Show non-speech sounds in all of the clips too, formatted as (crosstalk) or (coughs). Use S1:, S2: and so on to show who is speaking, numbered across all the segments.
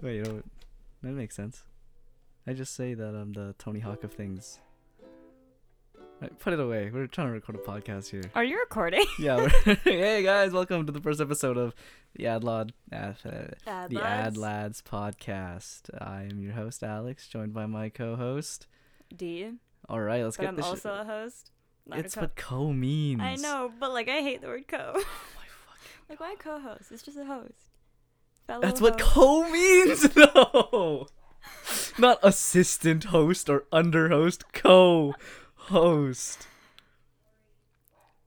S1: Wait, you know, that makes sense. I just say that I'm the Tony Hawk of things. Alright, put it away. We're trying to record a podcast
S2: (laughs)
S1: here.
S2: Are you recording?
S1: Yeah. we're- (laughs) hey guys, welcome to the first episode of the Adlod, Ad, uh, the Ad Lads podcast. I am your host Alex, joined by my co-host.
S2: D.
S1: All right, let's
S2: But
S1: get
S2: I'm
S1: this. sh-
S2: also a host. Not a
S1: it's
S2: co-
S1: what co means.
S2: I know, but like I hate the word co. (laughs)
S1: (laughs) Oh my fucking-
S2: like why co-host? It's just a host. Fellow
S1: That's what
S2: host.
S1: co means. (laughs) No, not assistant host or under host. Co-host.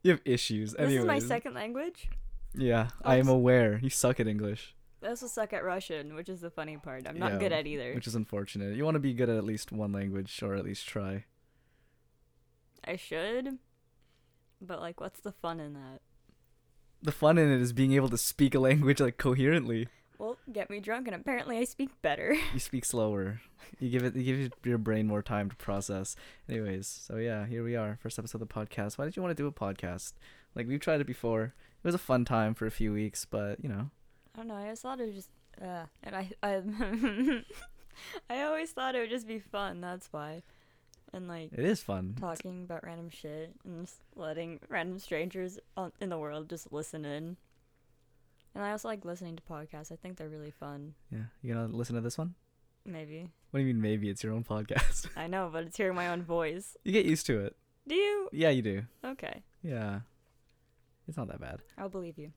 S1: You have issues.
S2: This is my Oh,
S1: Anyways.
S2: second language.
S1: Yeah, I am
S2: Oops.
S1: aware. You suck at English,
S2: I also suck at Russian, which is the funny part. I'm not
S1: Yeah,
S2: good at either.
S1: which is unfortunate. You want to be good at at least one language, or at least try.
S2: I should. But like what's the fun in that?
S1: The fun in it is being able to speak a language like coherently.
S2: Well, get me drunk and apparently I speak better. (laughs)
S1: You speak slower. You give it. You give your brain more time to process. Anyways, so yeah, here we are. First episode of the podcast. Why did you want to do a podcast? Like we've tried it before. It was a fun time for a few weeks, but you know,
S2: I don't know. I always thought it would just, uh, and I, I, (laughs) I always thought it would just be fun. That's why, and like
S1: it is fun.
S2: talking about random shit and just letting random strangers on, in the world just listen in. And I also like listening to podcasts. I think they're really fun.
S1: Yeah, you gonna listen to this one?
S2: Maybe
S1: What do you mean? Maybe it's your own (laughs) podcast.
S2: I know, but it's hearing my own voice.
S1: you get used to it.
S2: Do you?
S1: Yeah, you do.
S2: Okay,
S1: Yeah, it's not that bad.
S2: I'll believe you.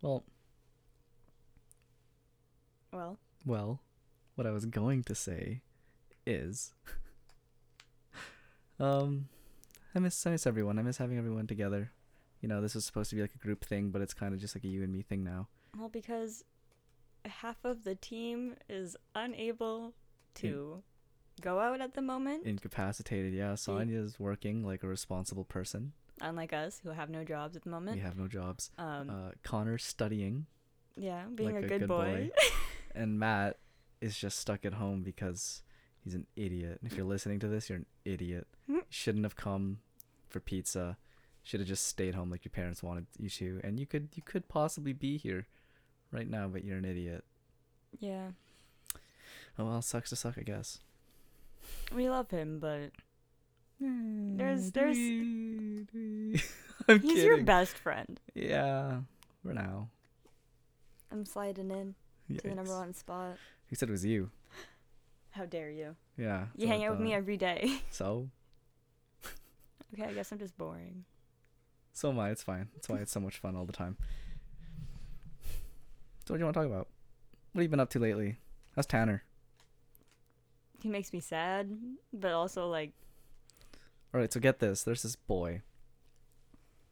S1: Well,
S2: Well,
S1: well, what I was going to say is, (laughs) um, I miss I miss everyone. I miss having everyone together. You know, this was supposed to be like a group thing, but it's kind of just like a you and me thing now.
S2: well, because half of the team is unable to go out at the moment,
S1: Incapacitated, yeah. Sonya is working like a responsible person.
S2: unlike us who have no jobs at the moment.
S1: We have no jobs.
S2: Um,
S1: Uh, Connor's studying,
S2: yeah, being
S1: like
S2: a, good, boy.
S1: and Matt is just stuck at home because he's an idiot. And if you're listening to this, you're an idiot.
S2: Hmm.
S1: You shouldn't have come for pizza. Should have just stayed home like your parents wanted you to, and you could you could possibly be here right now, but you're an idiot.
S2: (laughs) yeah,
S1: Oh well, sucks to suck, I guess.
S2: we love him,
S1: (laughs)
S2: but
S1: There's (laughs)
S2: there's-
S1: I'm kidding.
S2: he's your best friend.
S1: Yeah, for now.
S2: I'm sliding in to the number
S1: Yikes.
S2: one spot.
S1: He said it was you.
S2: How dare you?
S1: Yeah.
S2: You
S1: so I
S2: hang out with me
S1: thought-
S2: every day. (laughs)
S1: So
S2: okay, I guess I'm just boring.
S1: So am I. It's fine. That's why it's so much fun all the time. So what do you want to talk about? What have you been up to lately? How's Tanner?
S2: He makes me sad, but also like
S1: All right. So get this. There's this boy.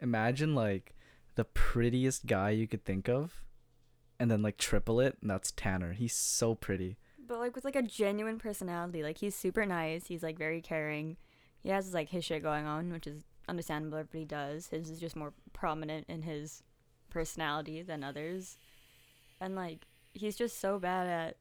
S1: Imagine like the prettiest guy you could think of, and then like triple it, and that's Tanner. He's so pretty.
S2: but like with like a genuine personality. Like he's super nice. He's like very caring. He has like his shit going on, which is understandable. Everybody does. His is just more prominent in his personality than others, and like he's just so bad at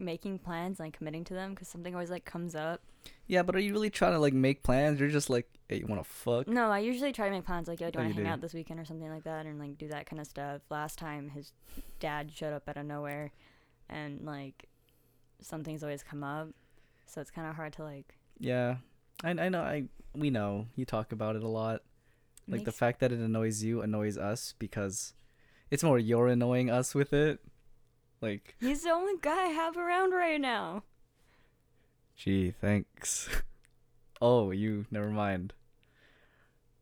S2: making plans and like, committing to them because something always like comes up.
S1: Yeah, but are you really trying to like make plans? You're just like, hey, you want to fuck?
S2: No, I usually try to make plans like, yo, do
S1: Oh,
S2: you
S1: you
S2: want to hang
S1: do.
S2: out this weekend or something like that, and like do that kind of stuff. Last time, his dad showed up out of nowhere, and like something's always come up, so it's kind of hard to like.
S1: Yeah, I I know. I we know you talk about it a lot. Like the
S2: makes-
S1: fact that it annoys you annoys us because it's more you're annoying us with it. Like
S2: He's the only guy I have around right now.
S1: Gee, thanks. (laughs) Oh, you never mind.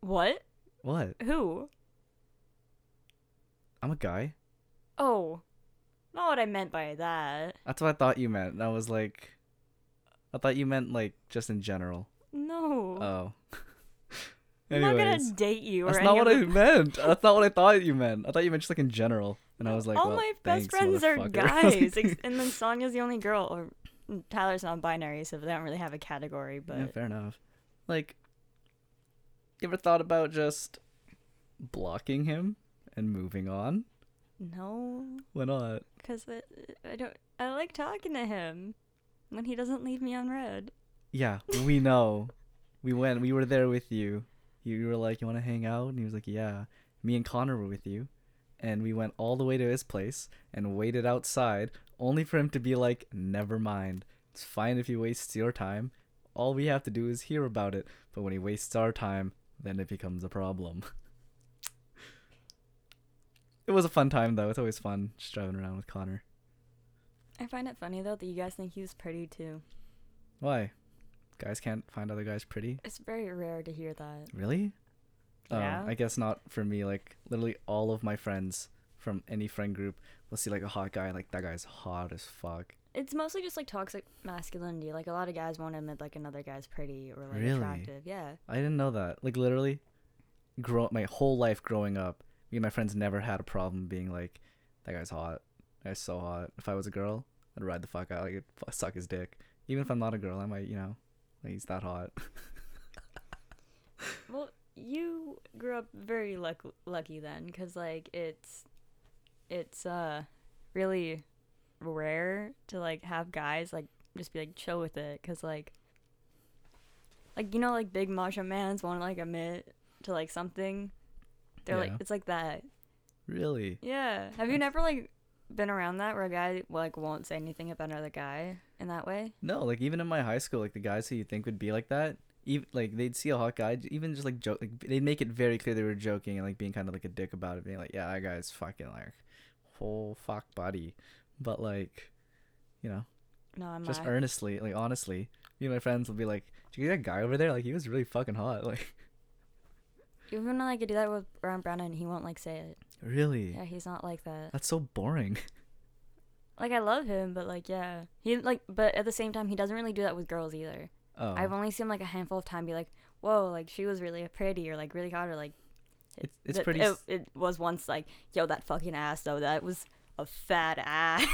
S2: What?
S1: What?
S2: Who?
S1: I'm a guy.
S2: Oh, not what I meant by that.
S1: That's what I thought you meant. And I was like, I thought you meant like just in general.
S2: No,
S1: Oh.
S2: (laughs) I'm not gonna
S1: Anyways,
S2: date you or
S1: that's
S2: anything.
S1: not what I meant. That's not what I thought you meant. I thought you meant just like in general. And I was like,
S2: all
S1: well,
S2: my best
S1: thanks,
S2: friends are
S1: motherfucker. (laughs)
S2: guys, ex- and then Sonya's the only girl. Or mm, Tyler's non-binary, so they don't really have a category. But
S1: Yeah, fair enough. Like, you ever thought about just blocking him and moving on? uh,
S2: no,
S1: Why not?
S2: because I, I don't. I like talking to him when he doesn't leave me on red.
S1: Yeah, we know. we went. We were there with you. You were like, "You want to hang out?" And he was like, "Yeah." Me and Connor were with you, and we went all the way to his place and waited outside only for him to be like never mind it's fine if he wastes your time all we have to do is hear about it but when he wastes our time then it becomes a problem (laughs) it was a fun time though it's always fun just driving around with connor
S2: I find it funny though that you guys think he's pretty too.
S1: why guys can't find other guys pretty
S2: It's very rare to hear that.
S1: Really? Oh,
S2: Yeah.
S1: I guess not for me. Like literally all of my friends from any friend group will see like a hot guy, like that guy's hot as fuck.
S2: It's mostly just like toxic masculinity. Like a lot of guys won't admit like another guy's pretty or like
S1: Really?
S2: attractive. Yeah.
S1: I didn't know that. Like literally, grow my whole life growing up, me and my friends never had a problem being like, that guy's hot. That guy's so hot. If I was a girl, I'd ride the fuck out. Like, I'd fu- suck his dick. Even if I'm not a girl, I might, you know, like, he's that hot. (laughs)
S2: Well, you grew up very luck- lucky then, because like it's it's uh really rare to like have guys like just be like chill with it, because like like you know like big macho mans want to like admit to like something. They're like
S1: Yeah.
S2: it's like that.
S1: really?
S2: Yeah. Have you never like been around that where a guy like won't say anything about another guy in that way?
S1: No, like even in my high school, like the guys who you think would be like that, even like they'd see a hot guy, j- even just like joke, like they'd make it very clear they were joking and like being kind of like a dick about it, being like, yeah, that guy's fucking like whole fuck buddy, but like, you know,
S2: No, I'm
S1: just
S2: not.
S1: earnestly, like honestly, me and my friends will be like, did you see that guy over there? Like he was really fucking hot, (laughs) like
S2: Even when like I do that with Ron Brennan, he won't like say it.
S1: really.
S2: Yeah, he's not like that.
S1: That's so boring. (laughs)
S2: Like I love him, but like yeah, he like. But at the same time, he doesn't really do that with girls either.
S1: Oh,
S2: I've only seen him like a handful of time be like, "Whoa, like she was really pretty," or like really hot, or like.
S1: It's- it's
S2: that-
S1: pretty
S2: It,
S1: s-
S2: it was once like, "Yo, that fucking ass though. That was a fat ass."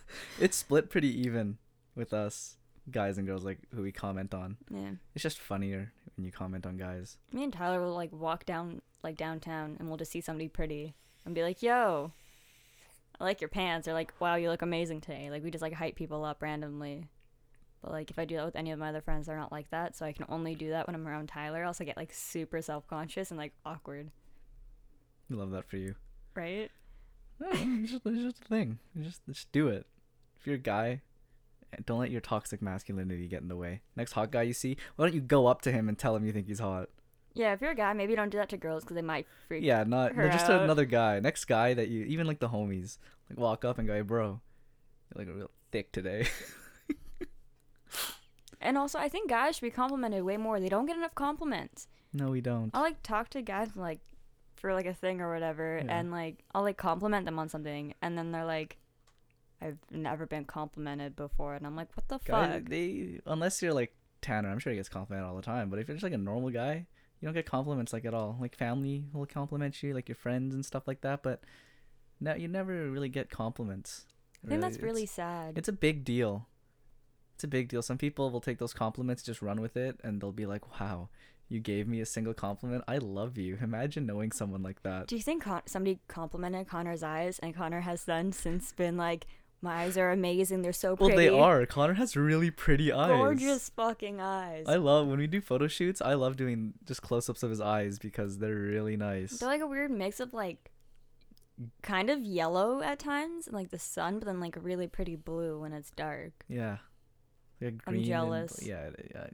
S1: (laughs) it's split pretty even with us guys and girls, like who we comment on.
S2: yeah.
S1: It's just funnier when you comment on guys.
S2: Me and Tyler will like walk down like downtown, and we'll just see somebody pretty and be like, "Yo, I like your pants," or like, "Wow, you look amazing today." Like we just like hype people up randomly. But like if I do that with any of my other friends, they're not like that, so I can only do that when I'm around Tyler. Else I get like super self conscious and like awkward,
S1: Love that for you.
S2: right?
S1: No, it's just, it's just a thing. You Just, just do it. If you're a guy, eh, don't let your toxic masculinity get in the way. Next hot guy you see, why don't you go up to him and tell him you think he's hot?
S2: Yeah, if you're a guy, maybe don't do that to girls because they might freak.
S1: Yeah, not no,
S2: Her
S1: just
S2: out.
S1: another guy. Next guy that you, even like the homies, like walk up and go, hey, bro, you're like real thick today. (laughs)
S2: And also, I think guys should be complimented way more. They don't get enough compliments.
S1: no, we don't.
S2: I will like talk to guys like for like a thing or whatever,
S1: Yeah.
S2: and like I'll like compliment them on something, and then they're like, "I've never been complimented before," and I'm like, "What the
S1: Guy,
S2: fuck?"
S1: they unless you're like Tanner, I'm sure he gets complimented all the time. But if you're just like a normal guy, you don't get compliments like at all. Like family will compliment you, like your friends and stuff like that. But no, you never really get compliments.
S2: I think that's
S1: It's-
S2: really sad.
S1: It's a big deal. It's a big deal. Some people will take those compliments, just run with it, and they'll be like, "Wow, you gave me a single compliment. I love you." Imagine knowing someone like that.
S2: Do you think Con- somebody complimented Connor's eyes, and Connor has then since been like, "My eyes are amazing. They're so
S1: Well,
S2: pretty.
S1: they are. Connor has really pretty eyes.
S2: gorgeous fucking eyes.
S1: I love when we do photo shoots. I love doing just close-ups of his eyes because they're really nice.
S2: They're like a weird mix of like." Kind of yellow at times, like the sun, but then like a really pretty blue when it's dark.
S1: Yeah, they're
S2: I'm
S1: green. and bl-
S2: jealous.
S1: yeah, th- yeah,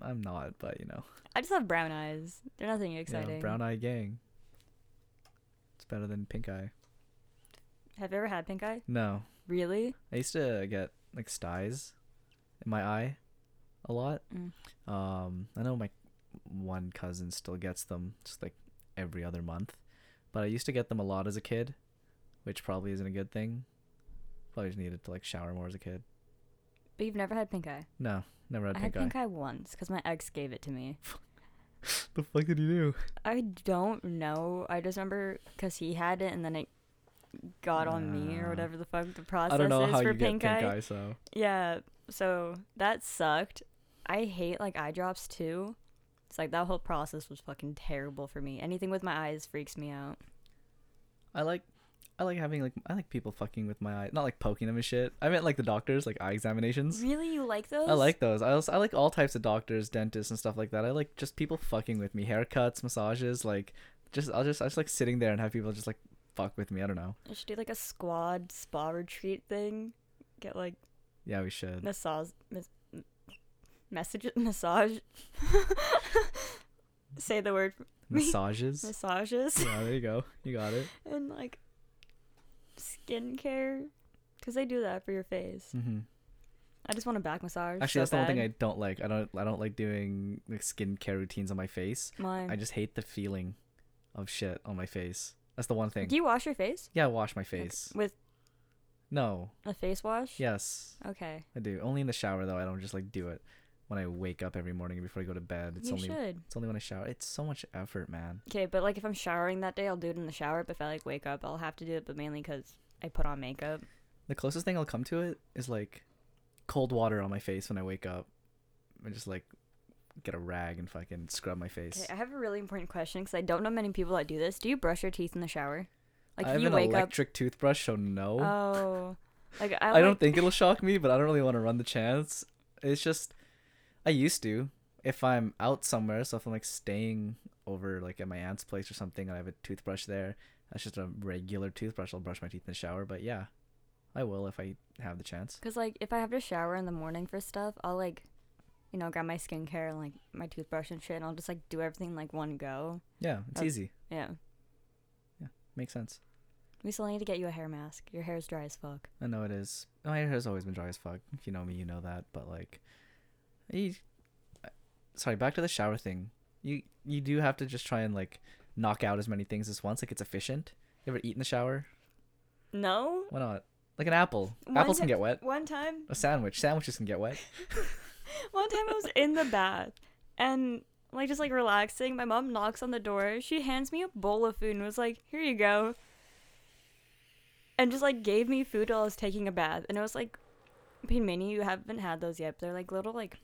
S1: I'm not, but you know,
S2: I just have brown eyes. They're nothing exciting.
S1: yeah, brown eye gang. It's better than pink eye.
S2: Have you ever had pink eye?
S1: No,
S2: Really?
S1: I used to get like styes in my eye a lot.
S2: Mm.
S1: Um, I know my one cousin still gets them just like every other month, but I used to get them a lot as a kid, which probably isn't a good thing. Probably just needed to like shower more as a kid.
S2: But you've never had pink eye.
S1: No, never had
S2: I had
S1: pink eye. (laughs)
S2: pink eye once because my ex gave it to me.
S1: The fuck did you do?
S2: I don't know. I just remember because he had it and then it got on me or
S1: Ah.
S2: whatever the fuck the process
S1: I don't know
S2: is
S1: how
S2: for
S1: you
S2: pink,
S1: get pink
S2: eye.
S1: eye so.
S2: Yeah. So that sucked. I hate like eye drops too. It's like that whole process was fucking terrible for me. Anything with my eyes freaks me out.
S1: I like I like having like I like people fucking with my eye, not like poking them and shit. I meant like the doctors, like eye examinations.
S2: Really, you like those?
S1: I like those. I also I like all types of doctors, dentists, and stuff like that. I like just people fucking with me, haircuts, massages, like just I'll just I just like sitting there and have people just like fuck with me. I don't know.
S2: I should do like a squad spa retreat thing. Get like
S1: Yeah,
S2: (laughs)
S1: we should.
S2: massage, mas- m- message, (laughs) massage. Say the word
S1: Massages.
S2: massages
S1: yeah, there you go. You got it.
S2: and like skincare, because they do that for your face.
S1: Mm-hmm.
S2: I just want a back massage.
S1: Actually,
S2: so
S1: that's the one thing I
S2: bad.
S1: don't like. I don't. I don't like doing like skincare routines on my face.
S2: Mine.
S1: I just hate the feeling of shit on my face. That's the one thing.
S2: do you wash your face?
S1: yeah, I wash my
S2: Like,
S1: face.
S2: with
S1: No.
S2: a face wash?
S1: Yes,
S2: Okay.
S1: I do. Only in the shower though. I don't just like do it when I wake up every morning before I go to bed. It's
S2: you
S1: only
S2: should.
S1: it's only when I shower. It's so much effort, man.
S2: Okay, but like if I'm showering that day, I'll do it in the shower. But if I like wake up, I'll have to do it, but mainly because I put on makeup.
S1: The closest thing I'll come to it is like cold water on my face when I wake up. I just like get a rag and fucking scrub my face.
S2: Okay, I have a really important question because I don't know many people that do this. Do you brush your teeth in the shower? Like
S1: I
S2: if
S1: have
S2: you
S1: an
S2: wake
S1: electric toothbrush, so no.
S2: up. Oh,
S1: (laughs)
S2: like I,
S1: I, don't think it'll shock me, but I don't really want to run the chance. It's just I used to if I'm out somewhere, so if I'm like staying over like at my aunt's place or something and I have a toothbrush there, that's just a regular toothbrush. I'll brush my teeth in the shower, but yeah. I will if I have the chance.
S2: because like if I have to shower in the morning for stuff, I'll like, you know, grab my skincare and like my toothbrush and shit, and I'll just like do everything in, like one go.
S1: Yeah, it's
S2: Oh.
S1: easy.
S2: Yeah,
S1: Makes sense.
S2: we still need to get you a hair mask. Your hair's dry as fuck.
S1: I know it is. My hair has always been dry as fuck. If you know me, you know that. But like, you, I- sorry, back to the shower thing. You you do have to just try and like knock out as many things as once. Like it's efficient. You ever eat in the shower?
S2: No,
S1: Why not? Like an apple.
S2: One
S1: Apples
S2: ti-
S1: can get wet.
S2: one time
S1: A sandwich. Sandwiches can get wet.
S2: One time I was in the bath and like just like relaxing. My mom knocks on the door. She hands me a bowl of food and was like, "Here you go." And just like gave me food while I was taking a bath. And it was like, Pain Mini, you haven't had those yet. But they're like little like,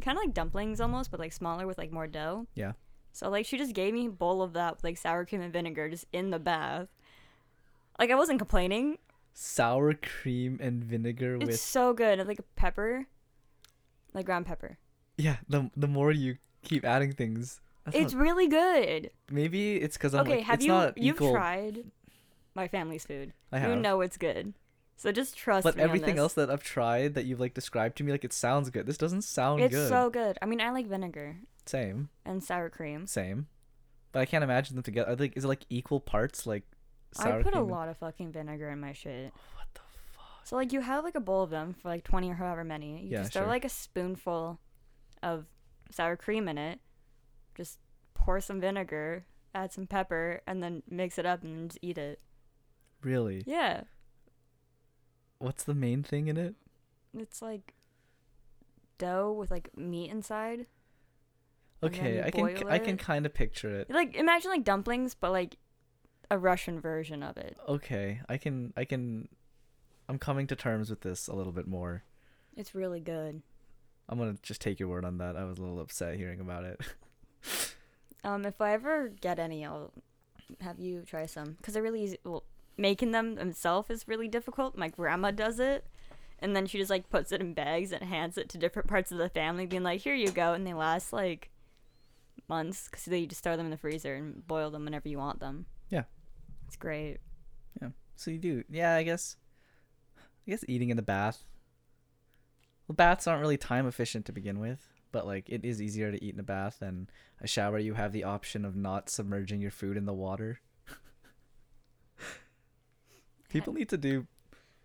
S2: kind of like dumplings almost, but like smaller with like more dough.
S1: Yeah.
S2: So like she just gave me a bowl of that with like sour cream and vinegar just in the bath. Like I wasn't complaining.
S1: Sour cream and vinegar
S2: It's
S1: with
S2: so good. And like pepper, like ground pepper.
S1: yeah. The the more you keep adding things, that's
S2: It's
S1: not-
S2: really good.
S1: maybe it's because I'm
S2: okay,
S1: like
S2: have
S1: it's
S2: you
S1: not
S2: you've
S1: equal.
S2: tried my family's food?
S1: I have.
S2: You know it's good, so just trust
S1: but
S2: me. on
S1: everything
S2: this.
S1: else that I've tried that you've like described to me, like it sounds good. This doesn't sound
S2: it's
S1: good.
S2: so good. I mean, I like vinegar
S1: Same,
S2: and sour cream.
S1: same. But I can't imagine them together. I think is it like equal parts, like sour
S2: I put
S1: cream.
S2: a
S1: and-
S2: lot of fucking vinegar in my shit.
S1: (laughs) What the fuck?
S2: So like, you have like a bowl of them for like twenty or however many. You
S1: Yeah,
S2: just
S1: sure.
S2: throw like a spoonful of sour cream in it. Just pour some vinegar, add some pepper, and then mix it up and then just eat it.
S1: Really?
S2: Yeah,
S1: What's the main thing in it?
S2: it's like dough with like meat inside. And then
S1: Okay,
S2: you
S1: I can
S2: boil
S1: I can
S2: it.
S1: kind of picture
S2: (laughs)
S1: it.
S2: like imagine like dumplings but like a russian version of it
S1: Okay, I can I can. I'm coming to terms with this a little bit more.
S2: it's really good
S1: I'm gonna just take your word on that. I was a little upset hearing about it. (laughs)
S2: um if i ever get any i'll have you try some because they're really easy well making them themselves is really difficult my grandma does it and then she just like puts it in bags and hands it to different parts of the family being like here you go and they last like months because they just throw them in the freezer and boil them whenever you want them
S1: Yeah.
S2: it's great
S1: So you do, yeah. I guess. I guess eating in the bath. Well, baths aren't really time efficient to begin with, but like it is easier to eat in a bath than a shower. You have the option of not submerging your food in the water. (laughs) People need to do.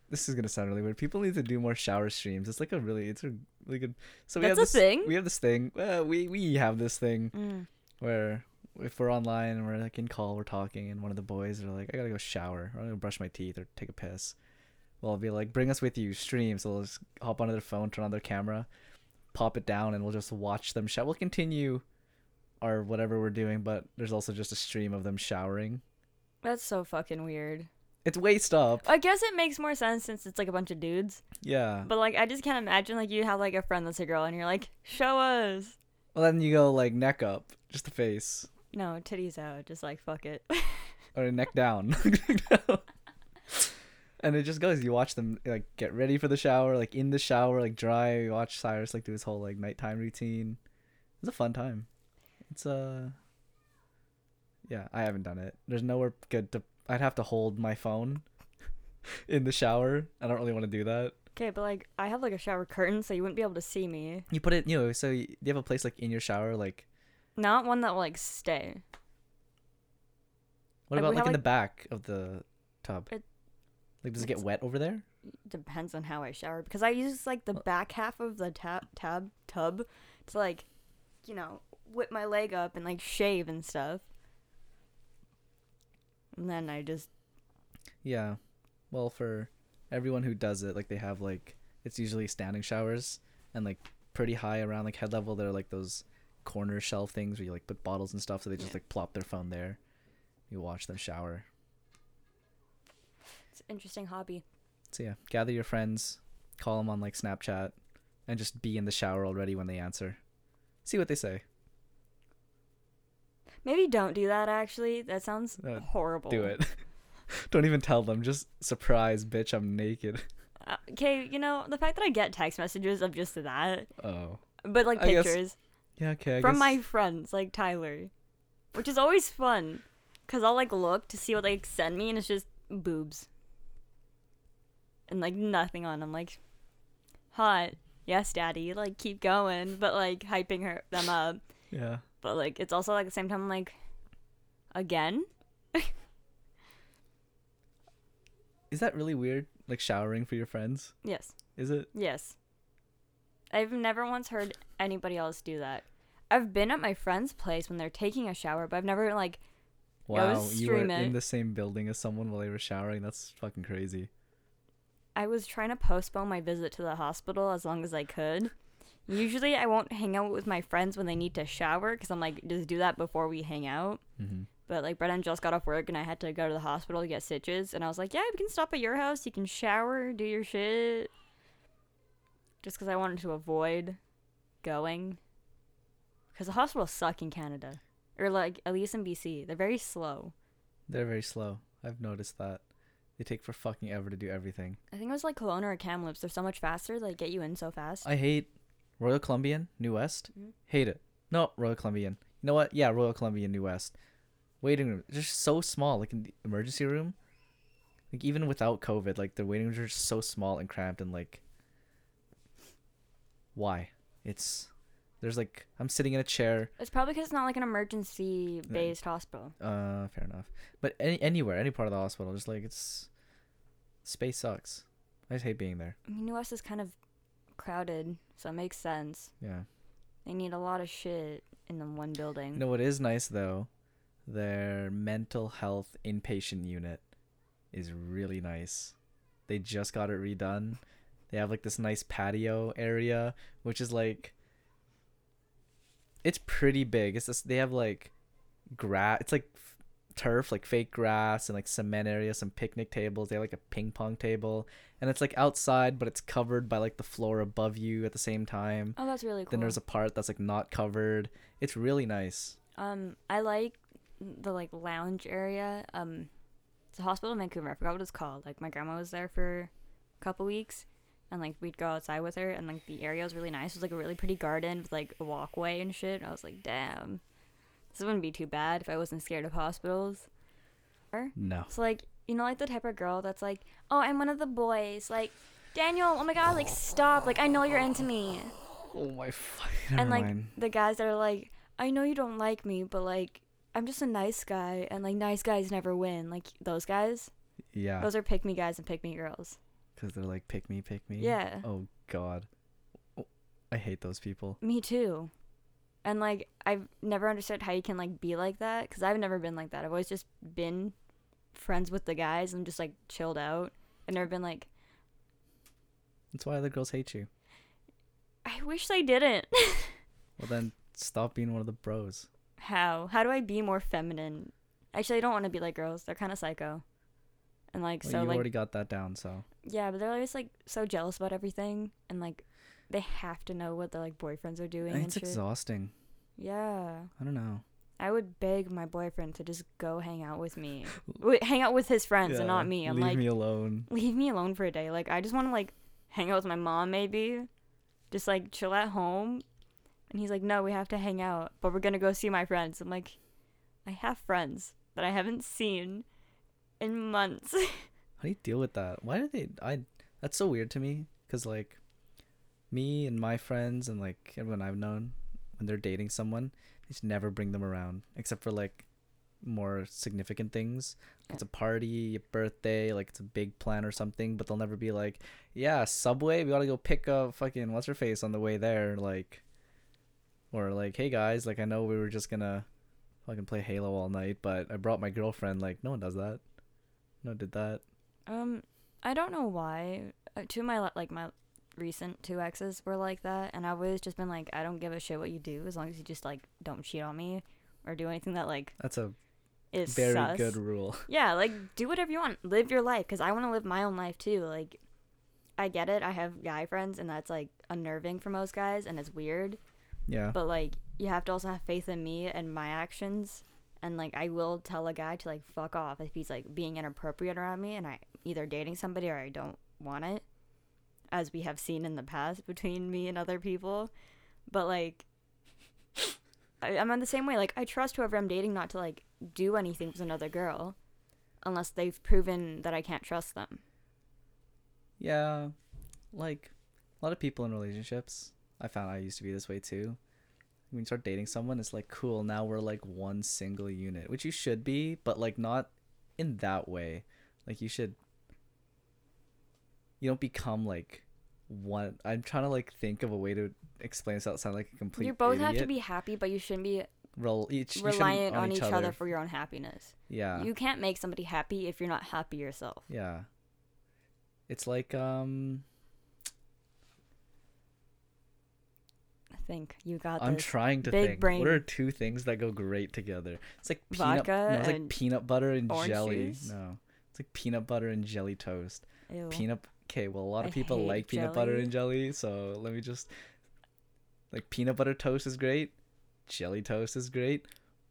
S1: This is gonna sound really weird. People need to do more shower streams. It's like a really, it's a really good. So we have
S2: That's
S1: this
S2: a thing?
S1: We have this thing. Uh, we we have this thing
S2: mm.
S1: where if we're online and we're like in call, we're talking, and one of the boys are like, "I gotta go shower, or I'm gonna brush my teeth, or take a piss." Well, I'll be like, "Bring us with you, stream." So they'll just hop onto their phone, turn on their camera, pop it down, and we'll just watch them shower. We'll continue our whatever we're doing, but there's also just a stream of them showering.
S2: that's so fucking weird
S1: It's waist up,
S2: i guess it makes more sense since it's like a bunch of dudes
S1: yeah.
S2: But like, I just can't imagine like you have like a friend that's a girl and you're like, show us.
S1: Well, then you go like neck up, just the face,
S2: No, titties out. Just like fuck it. (laughs)
S1: or neck down. (laughs) and it just goes. You watch them like get ready for the shower, like in the shower, like dry. You watch Cyrus like do his whole like nighttime routine. It's a fun time. It's uh yeah, I haven't done it. There's nowhere good to I'd have to hold my phone (laughs) in the shower. I don't really want to do that.
S2: Okay, but like I have like a shower curtain, so you wouldn't be able to see me.
S1: You put it, you know, so you, you have a place like in your shower, like
S2: Not one that will like stay.
S1: what
S2: Like,
S1: about
S2: Uh, we
S1: like in
S2: have,
S1: the
S2: like-
S1: back of the tub?
S2: It-
S1: like does it get wet over there?
S2: Depends on how I shower because I use like the
S1: Well-
S2: back half of the tab tab tub to like, you know, whip my leg up and like shave and stuff. And then I just
S1: Yeah. Well, for everyone who does it, like they have like it's usually standing showers and like pretty high around like head level there are like those corner shelf things where you like put bottles and stuff so they just
S2: Yeah.
S1: like plop their phone there. You watch them shower.
S2: it's an interesting hobby.
S1: So yeah, gather your friends, call them on like Snapchat and just be in the shower already when they answer. See what they say.
S2: Maybe don't do that actually. That sounds
S1: No,
S2: horrible.
S1: Uh, Do it. (laughs) Don't even tell them. Just surprise, bitch, I'm naked.
S2: Uh, Okay, you know, the fact that I get text messages of just that,
S1: Oh.
S2: but like
S1: I guess-
S2: pictures
S1: Yeah, okay. I
S2: from
S1: guess-
S2: my friends, like Tyler, which is always fun because I'll like look to see what they like, send me and it's just boobs and like nothing on them. Like, hot. Yes, daddy. Like, keep going, but like hyping her them up.
S1: Yeah.
S2: But like, it's also like at the same time, like, again?
S1: Is that really weird? Like showering for your friends?
S2: Yes.
S1: Is it?
S2: Yes. I've never once heard anybody else do that. I've been at my friend's place when they're taking a shower, but I've never like Yeah, I
S1: Wow,
S2: was
S1: you were
S2: streaming.
S1: in the same building as someone while they were showering. That's fucking crazy.
S2: I was trying to postpone my visit to the hospital as long as I could. Usually I won't hang out with my friends when they need to shower cuz I'm like just do that before we hang out.
S1: Mm-hmm.
S2: But like Brett and Jess got off work and I had to go to the hospital to get stitches and I was like, "Yeah, we can stop at your house. You can shower, do your shit." Just cuz I wanted to avoid going cuz the hospitals suck in Canada. Or like at least in BC. They're very slow.
S1: They're very slow. I've noticed that. They take for fucking ever to do everything.
S2: I think it was like Kelowna or Kamloops. They're so much faster. They get you in so fast.
S1: I hate Royal Columbian, New West.
S2: Mhm.
S1: Hate it. No, Royal Columbian. You know what? Yeah, Royal Columbian, New West. Waiting room. Just so small. Like in the emergency room. Like even without COVID, like the waiting rooms are just so small and cramped and like why? It's there's like I'm sitting in a chair
S2: It's probably because it's not like an emergency based hospital.
S1: Uh, fair enough. But any anywhere, any part of the hospital, just like it's space sucks. I just hate being there.
S2: I mean, US is kind of crowded, so it makes sense.
S1: Yeah.
S2: They need a lot of shit in the one building.
S1: You know what is nice though? Their mental health inpatient unit is really nice. They just got it redone. They have like this nice patio area, which is like it's pretty big. It's just, they have like grass. It's like f- turf, like fake grass, and like cement area, some picnic tables. They have like a ping pong table, and it's like outside, but it's covered by like the floor above you at the same time.
S2: Oh, that's really cool.
S1: Then there's a part that's like not covered. It's really nice.
S2: um, I like the like lounge area. Um, it's a hospital in Vancouver. I forgot what it's called. Like my grandma was there for a couple weeks, and like we'd go outside with her, and like the area was really nice. It was like a really pretty garden with like a walkway and shit. I was like, damn, this wouldn't be too bad if I wasn't scared of hospitals.
S1: No.
S2: So like, you know, like the type of girl that's like, oh, I'm one of the boys. Like, Daniel, oh my god, like stop. Like I know you're into me.
S1: Oh my fuck. (laughs)
S2: and like the guys that are like, I know you don't like me, but like I'm just a nice guy, and like nice guys never win. Like those guys,
S1: yeah,
S2: those are pick me guys and pick me girls.
S1: because they're like pick me, pick me.
S2: Yeah,
S1: Oh god, Oh, I hate those people.
S2: me too. And like I've never understood how you can like be like that because I've never been like that. I've always just been friends with the guys and just like chilled out. I've never been like,
S1: That's why other girls hate you.
S2: I wish they didn't. (laughs)
S1: Well then, stop being one of the bros.
S2: how how do i be more feminine actually i don't want to be like girls they're kind of psycho and like
S1: Well,
S2: so
S1: you
S2: like
S1: already got that down, so
S2: yeah but they're always like so jealous about everything and like they have to know what their like boyfriends are doing and
S1: it's
S2: shit.
S1: exhausting.
S2: yeah
S1: I don't know.
S2: i would beg my boyfriend to just go hang out with
S1: (laughs)
S2: me Wait, hang out with his friends and not me i'm (laughs)
S1: Leave
S2: like
S1: me alone.
S2: leave me alone for a day like i just want to like hang out with my mom maybe just like chill at home and he's like no we have to hang out but we're gonna go see my friends i'm like i have friends that i haven't seen in months. (laughs)
S1: How do you deal with that? Why do they? I. That's so weird to me. Cause like, me and my friends and like everyone I've known, when they're dating someone, they just never bring them around except for like more significant things.
S2: Yeah.
S1: It's a party, a birthday, like it's a big plan or something. But they'll never be like, yeah, Subway. We gotta go pick up fucking what's her face on the way there. Like, or like, hey guys, like I know we were just gonna fucking play Halo all night, but I brought my girlfriend. Like, no one does that. No, one did that.
S2: Um, I don't know why. Uh, Two of my la- like my recent two exes were like that, and I've always just been like, I don't give a shit what you do as long as you just like don't cheat on me or do anything that like
S1: That's a
S2: is
S1: very
S2: sus.
S1: good rule. (laughs)
S2: Yeah, like do whatever you want. Live your life because I want to live my own life too. Like, I get it. I have guy friends, and that's like unnerving for most guys, and it's weird.
S1: Yeah.
S2: But like, you have to also have faith in me and my actions. And like, I will tell a guy to like fuck off if he's like being inappropriate around me, and I either dating somebody or I don't want it, as we have seen in the past between me and other people. But like, I, I'm on the same way. Like, I trust whoever I'm dating not to like do anything with another girl, unless they've proven that I can't trust them.
S1: yeah. Like a lot of people in relationships, I found I used to be this way too. When you start dating someone, it's like cool, now we're like one single unit, which you should be, but like not in that way. Like you should you don't become like one I'm trying to like think of a way to explain this without sounding like a complete
S2: you both
S1: idiot.
S2: have to be happy, but you shouldn't be
S1: Rel- each, you shouldn't
S2: reliant on, each other for your own happiness.
S1: yeah.
S2: You can't make somebody happy if you're not happy yourself.
S1: Yeah. It's like um
S2: I think you got
S1: I'm
S2: this.
S1: trying to
S2: big
S1: think.
S2: brain.
S1: What are two things that go great together? It's like peanut,
S2: Vodka
S1: no, it's like
S2: and
S1: peanut butter and
S2: orange
S1: jelly.
S2: juice?
S1: No, it's like peanut butter and jelly toast.
S2: Ew.
S1: Peanut. Okay, well, a lot
S2: I
S1: of people
S2: hate
S1: like peanut butter
S2: jelly.
S1: and jelly, so let me just like peanut butter toast is great. Jelly toast is great.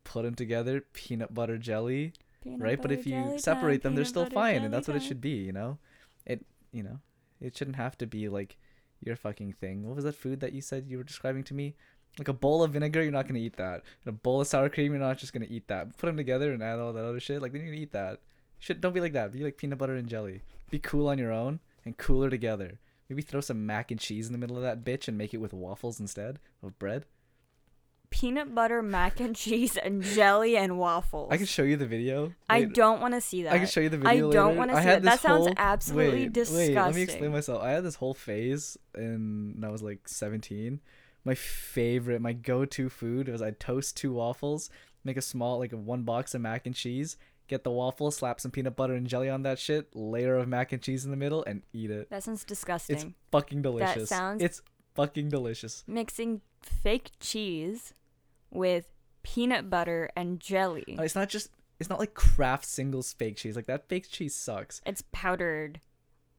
S1: Put them together, peanut butter jelly,
S2: Peanut
S1: right? But
S2: butter
S1: if you
S2: jelly
S1: separate
S2: time,
S1: them, they're
S2: peanut
S1: still
S2: butter
S1: fine,
S2: jelly
S1: and that's what it
S2: time.
S1: should be, you know. It, you know, it shouldn't have to be like your fucking thing. What was that food that you said you were describing to me? Like a bowl of vinegar, you're not gonna eat that. And a bowl of sour cream, you're not just gonna eat that. Put them together and add all that other shit. Like then you're gonna eat that. Shit, don't be like that. Be like peanut butter and jelly. Be cool on your own and cooler together. Maybe throw some mac and cheese in the middle of that bitch and make it with waffles instead of bread.
S2: Peanut butter mac and cheese and jelly and waffles.
S1: I can show you the video.
S2: I
S1: later.
S2: don't want to see that.
S1: I can show you the
S2: I
S1: video.
S2: don't
S1: later.
S2: wanna
S1: I
S2: see that.
S1: had
S2: That
S1: this
S2: sounds
S1: whole-
S2: absolutely
S1: wait, Wait, let me
S2: disgusting.
S1: explain myself. I had this whole phase, in when I was like 17. My favorite, my go-to food was I toast two waffles, make a small like a one box of mac and cheese, get the waffle, slap some peanut butter and jelly on that shit, layer of mac and cheese in the middle, and eat it.
S2: That sounds
S1: It's
S2: disgusting.
S1: fucking delicious.
S2: sounds-
S1: It's fucking delicious.
S2: Mixing fake cheese with peanut butter and jelly.
S1: Uh, It's not just. It's not like Kraft singles fake cheese. Like that fake cheese sucks.
S2: it's powdered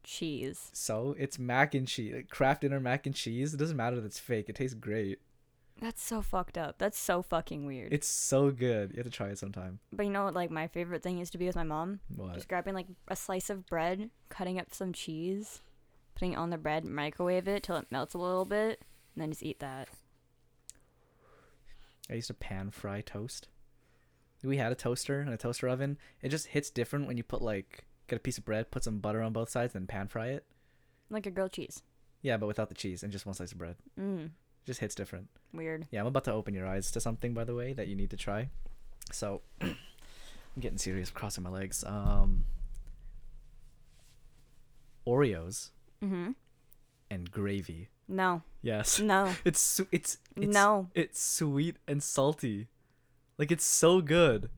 S2: cheese.
S1: So it's mac and cheese. Like, Kraft dinner mac and cheese. It doesn't matter that it's fake. It tastes great.
S2: That's so fucked up. That's so fucking weird.
S1: It's so good. You have to try it sometime.
S2: but you know what? Like my favorite thing used to be with my mom.
S1: What?
S2: Just grabbing like a slice of bread, cutting up some cheese, putting it on the bread, microwave it till it melts a little bit, and then just eat that.
S1: I used to pan fry toast. We had a toaster and a toaster oven. It just hits different when you put like get a piece of bread, put some butter on both sides, then pan fry it.
S2: Like a grilled cheese.
S1: Yeah, but without the cheese and just one slice of bread.
S2: Mm,
S1: just hits different.
S2: weird.
S1: Yeah, I'm about to open your eyes to something, by the way, that you need to try. So, (clears throat) I'm getting serious, crossing my legs. Um, Oreos
S2: Mm-hmm.
S1: and gravy.
S2: No,
S1: Yes.
S2: no,
S1: (laughs) It's su- it's it's
S2: No.
S1: It's sweet and salty, like it's so good.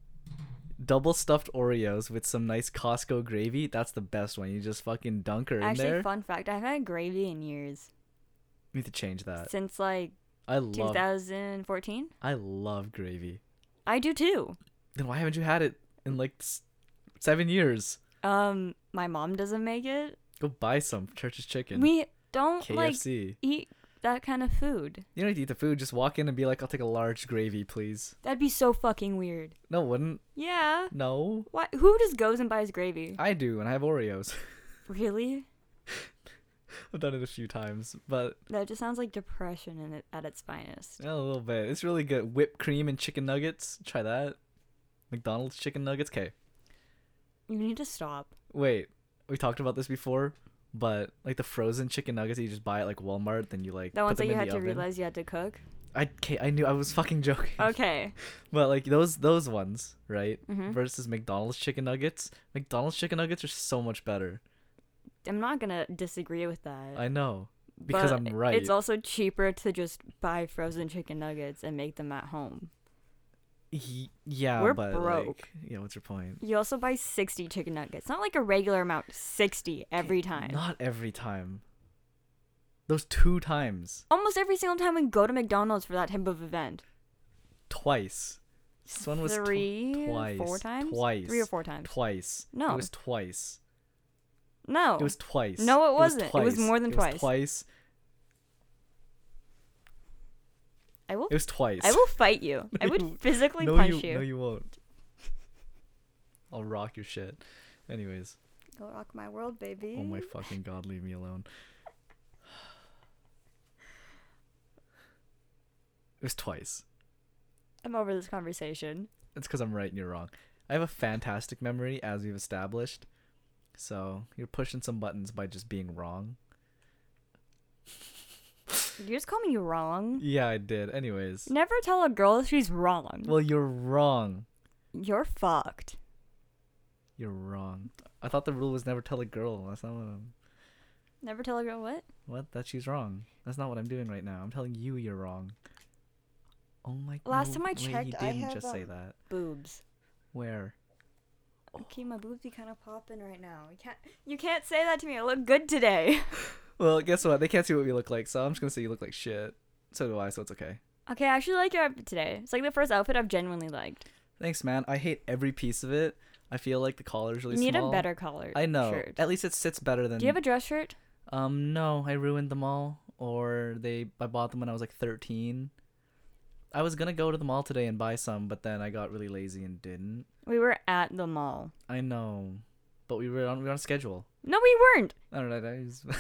S1: Double stuffed Oreos with some nice Costco gravy. That's the best one. You just fucking dunk her in
S2: Actually,
S1: there.
S2: fun fact: I haven't had gravy in years
S1: We need to change that.
S2: since like
S1: I love
S2: 2014.
S1: I love gravy.
S2: I do too.
S1: Then why haven't you had it in like s- seven years?
S2: Um, my mom doesn't make it.
S1: Go buy some Church's Chicken,
S2: We don't like
S1: KFC.
S2: eat that kind of food.
S1: you don't need to eat the food. Just walk in and be like, "I'll take a large gravy, please."
S2: That'd be so fucking weird.
S1: No, it wouldn't.
S2: Yeah. (laughs)
S1: No,
S2: Why? Who just goes and buys gravy?
S1: I do, and I have Oreos. (laughs)
S2: Really?
S1: I've done it a few times, but
S2: That just sounds like depression in it, at its finest.
S1: Yeah, a little bit. It's really good. Whipped cream and chicken nuggets. Try that. McDonald's chicken nuggets. Okay.
S2: You need to stop.
S1: Wait, we talked about this before, but like the frozen chicken nuggets that you just buy at like Walmart, then you like
S2: That one's that
S1: put
S2: you
S1: them in
S2: had to
S1: the oven.
S2: realize you had to
S1: (laughs)
S2: cook.
S1: I ca- I knew I was fucking joking.
S2: Okay.
S1: (laughs) But like those those ones, right?
S2: Mhm.
S1: Versus McDonald's chicken nuggets. McDonald's chicken nuggets are so much better.
S2: I'm not gonna disagree with that.
S1: I know because
S2: but
S1: I'm right.
S2: It's also cheaper to just buy frozen chicken nuggets and make them at home.
S1: Ye- yeah,
S2: We're
S1: but
S2: broke.
S1: like, yeah, what's your point?
S2: You also buy 60 chicken nuggets. Not like a regular amount, 60 every time.
S1: Not every time. Those two times,
S2: Almost every single time we go to McDonald's for that type of event.
S1: twice. This one was tw-
S2: three,
S1: twice,
S2: four times,
S1: twice,
S2: three or four times.
S1: twice.
S2: No.
S1: it was twice.
S2: no,
S1: It was twice.
S2: No, it wasn't. It was more than
S1: It
S2: twice.
S1: Was twice.
S2: I will.
S1: It was twice.
S2: I will fight you. I
S1: you
S2: would
S1: won't.
S2: physically
S1: (laughs) no,
S2: punch you.
S1: No, you won't. (laughs) I'll rock your shit. Anyways,
S2: Go rock my world, baby.
S1: oh my fucking god, leave me alone. (sighs) It was twice.
S2: I'm over this conversation.
S1: It's because I'm right and you're wrong. I have a fantastic memory, as we've established. So you're pushing some buttons by just being wrong.
S2: You just call me wrong.
S1: Yeah, I did. Anyways,
S2: Never tell a girl she's wrong.
S1: well, you're wrong.
S2: You're fucked.
S1: You're wrong. I thought the rule was never tell a girl. That's not what I'm.
S2: Never tell a girl what?
S1: What? That she's wrong. That's not what I'm doing right now. I'm telling you you're wrong. Oh my.
S2: Last
S1: no
S2: time I
S1: way, you
S2: checked, I
S1: didn't
S2: have,
S1: just say
S2: um,
S1: that.
S2: Boobs.
S1: Where?
S2: Okay, my boobs be kind of popping right now. You can't. You can't say that to me. I look good today. (laughs)
S1: Well, guess what? They can't see what we look like, so I'm just gonna say you look like shit. So do I. So it's okay.
S2: okay, I actually like your outfit today. It's like the first outfit I've genuinely liked.
S1: Thanks, man. I hate every piece of it. I feel like the collar's really
S2: you need
S1: small.
S2: a better collar.
S1: I know.
S2: Shirt.
S1: At least it sits better than.
S2: Do you have a dress shirt?
S1: Um, no, I ruined them all, or they. I bought them when I was like 13. I was gonna go to the mall today and buy some, but then I got really lazy and didn't.
S2: We were at the mall.
S1: I know, but we were on we were on schedule.
S2: No, we weren't.
S1: I don't know. that is- (laughs)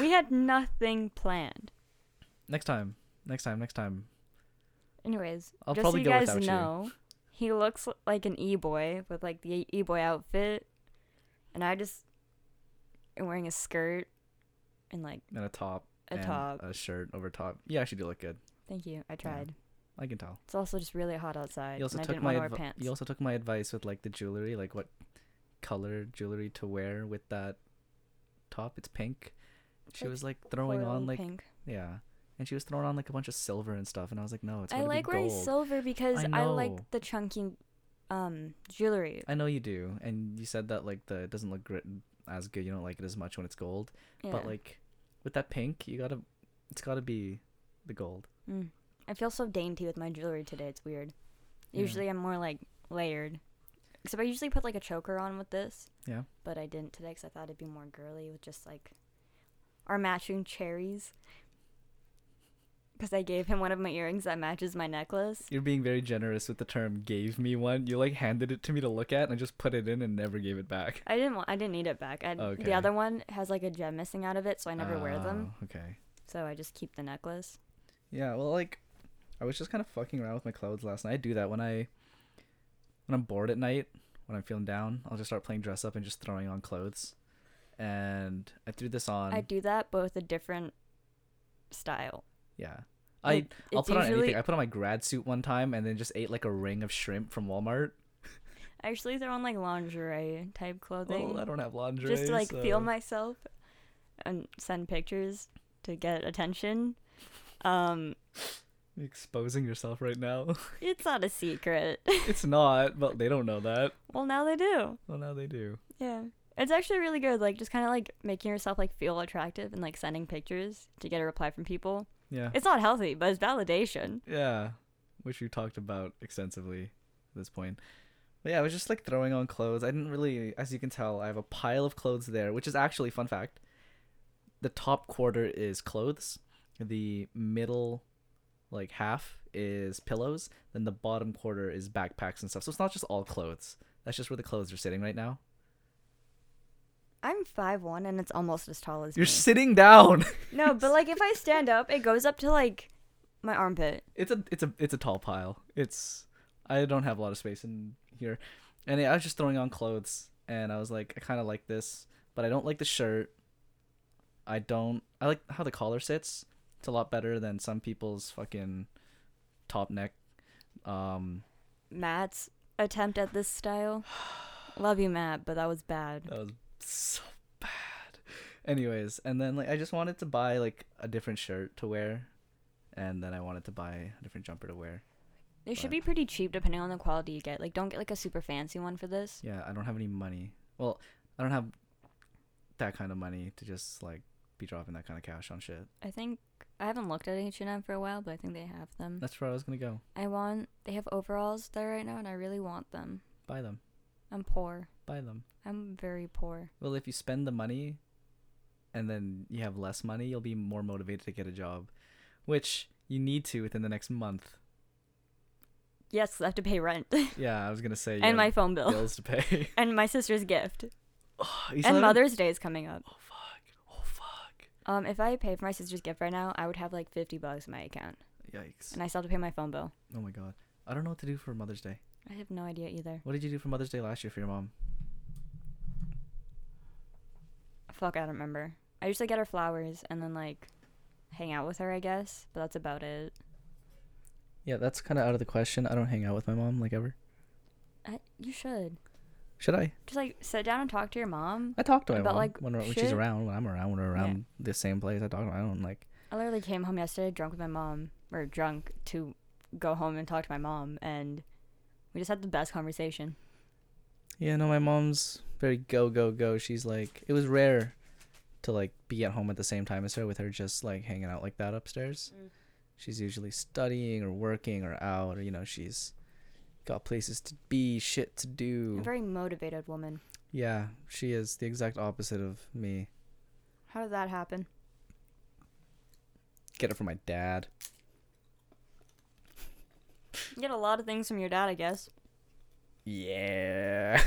S2: We had (laughs) nothing planned.
S1: next time, next time, next time.
S2: Anyways,
S1: I'll
S2: just so
S1: probably
S2: you
S1: go
S2: guys
S1: without you.
S2: know, he looks l- like an e-boy with like the e-boy outfit, and I just am wearing a skirt and like
S1: And a top,
S2: a
S1: and uh,
S2: top.
S1: a shirt over top. You actually do look good.
S2: Thank you. I tried.
S1: I can tell.
S2: It's also just really hot outside,
S1: You also
S2: and I
S1: took
S2: didn't
S1: my
S2: want to wear
S1: advi-
S2: pants.
S1: you also took my advice with like the jewelry, like what color jewelry to wear with that top. It's pink. She
S2: like
S1: was like throwing
S2: Coral
S1: on like
S2: pink.
S1: yeah, and she was throwing on like a bunch of silver and stuff, and I was like, no, it's
S2: I
S1: gotta
S2: like
S1: be
S2: wearing
S1: gold.
S2: silver because I,
S1: know.
S2: like the chunky, um, jewelry.
S1: I know you do, and you said that like the it doesn't look grit as good. You don't like it as much when it's gold.
S2: Yeah.
S1: But like with that pink, you gotta it's gotta be the gold.
S2: Mm. I feel so dainty with my jewelry today. It's weird.
S1: Yeah.
S2: Usually I'm more like layered. Except I usually put like a choker on with this.
S1: Yeah.
S2: But I didn't today because I thought it'd be more girly with just like our matching cherries. Because I gave him one of my earrings that matches my necklace.
S1: You're being very generous with the term gave me one. You like handed it to me to look at and I just put it in and never gave it back.
S2: I didn't want. I didn't need it back. I,
S1: Okay.
S2: The other one has like a gem missing out of it, so I never wear them.
S1: Oh, Okay.
S2: So I just keep the necklace.
S1: Yeah, well like I was just kind of fucking around with my clothes last night. I do that when I when I'm bored at night, when I'm feeling down, I'll just start playing dress up and just throwing on clothes. And I threw this on.
S2: I do that, but with a different style.
S1: Yeah. I
S2: It-
S1: I'll
S2: it's
S1: put on
S2: usually-
S1: anything. I put on my grad suit one time and then just ate like a ring of shrimp from Walmart.
S2: I usually throw on like lingerie type clothing.
S1: Well, Oh, I don't have lingerie.
S2: just to like feel
S1: so-
S2: myself and send pictures to get attention. Um,
S1: exposing yourself right
S2: (laughs)
S1: now.
S2: it's not a secret. (laughs)
S1: it's not, but they don't know that.
S2: well, now they do.
S1: Well, now they do.
S2: Yeah, it's actually really good. Like just kind of like making yourself like feel attractive and like sending pictures to get a reply from people.
S1: Yeah.
S2: It's not healthy, but it's validation.
S1: yeah. Which we talked about extensively at this point. But yeah, I was just like throwing on clothes. I didn't really, as you can tell, I have a pile of clothes there, which is actually fun fact. The top quarter is clothes. The middle, like half, is pillows. Then the bottom quarter is backpacks and stuff. So it's not just all clothes. That's just where the clothes are sitting right now.
S2: I'm five one and it's almost as tall as
S1: You're sitting down. (laughs)
S2: no, but like if I stand up, it goes up to like my armpit.
S1: it's a it's a it's a tall pile. It's I don't have a lot of space in here. And yeah, I was just throwing on clothes, and I was like, I kind of like this, but I don't like the shirt. I don't. I like how the collar sits. It's a lot better than some people's fucking top neck. Um,
S2: Matt's attempt at this (sighs) style. Love you, Matt, but that was bad.
S1: That was so bad. Anyways, and then like I just wanted to buy like a different shirt to wear, and then I wanted to buy a different jumper to wear.
S2: They should
S1: but-
S2: be pretty cheap depending on the quality you get. Like, don't get like a super fancy one for this.
S1: Yeah, I don't have any money. Well, I don't have that kind of money to just like be dropping that kind of cash on shit.
S2: I think I haven't looked at H and M for a while, but I think they have them.
S1: That's where I was gonna go.
S2: I want. They have overalls there right now, and I really want them.
S1: Buy them.
S2: I'm poor.
S1: Buy them.
S2: I'm very poor.
S1: Well, if you spend the money, and then you have less money, you'll be more motivated to get a job, which you need to within the
S2: (laughs)
S1: next month.
S2: Yes, I have to pay rent
S1: Yeah, I was gonna say.
S2: (laughs)
S1: you
S2: and my (laughs)
S1: have
S2: phone bill
S1: bills to pay. (laughs)
S2: and my sister's gift
S1: Oh, you still
S2: and
S1: haven't-
S2: Mother's Day is coming up.
S1: Oh fuck! Oh fuck!
S2: Um, if I pay for my sister's gift right now, I would have like fifty bucks in my account,
S1: Yikes!
S2: and I still have to pay my phone bill.
S1: Oh my god! I don't know what to do for Mother's Day.
S2: I have no idea either.
S1: What did you do for Mother's Day last year for your mom?
S2: Fuck, I don't remember. I usually get her flowers and then like hang out with her, I guess. But that's about it.
S1: Yeah, that's kind of out of the question. I don't hang out with my mom like ever.
S2: I, you should
S1: Should I?
S2: just like sit down and talk to your mom.
S1: I talk to my
S2: About,
S1: mom
S2: like,
S1: when, we're- when
S2: shit?
S1: she's around, when I'm around, when we're
S2: Yeah.
S1: around the same place. I talk to my own like.
S2: I literally came home yesterday drunk with my mom, or drunk to go home and talk to my mom, and we just had the best conversation.
S1: Yeah, no, my mom's very go go go. She's like, it was rare to like be at home at the same time as her with her just like hanging out like that upstairs.
S2: Mm.
S1: She's usually studying or working or out or you know she's got places to be, shit to do.
S2: A very motivated woman.
S1: Yeah, she is the exact opposite of me.
S2: How did that happen?
S1: Get it from my dad.
S2: You get a lot of things from your dad, I guess.
S1: Yeah.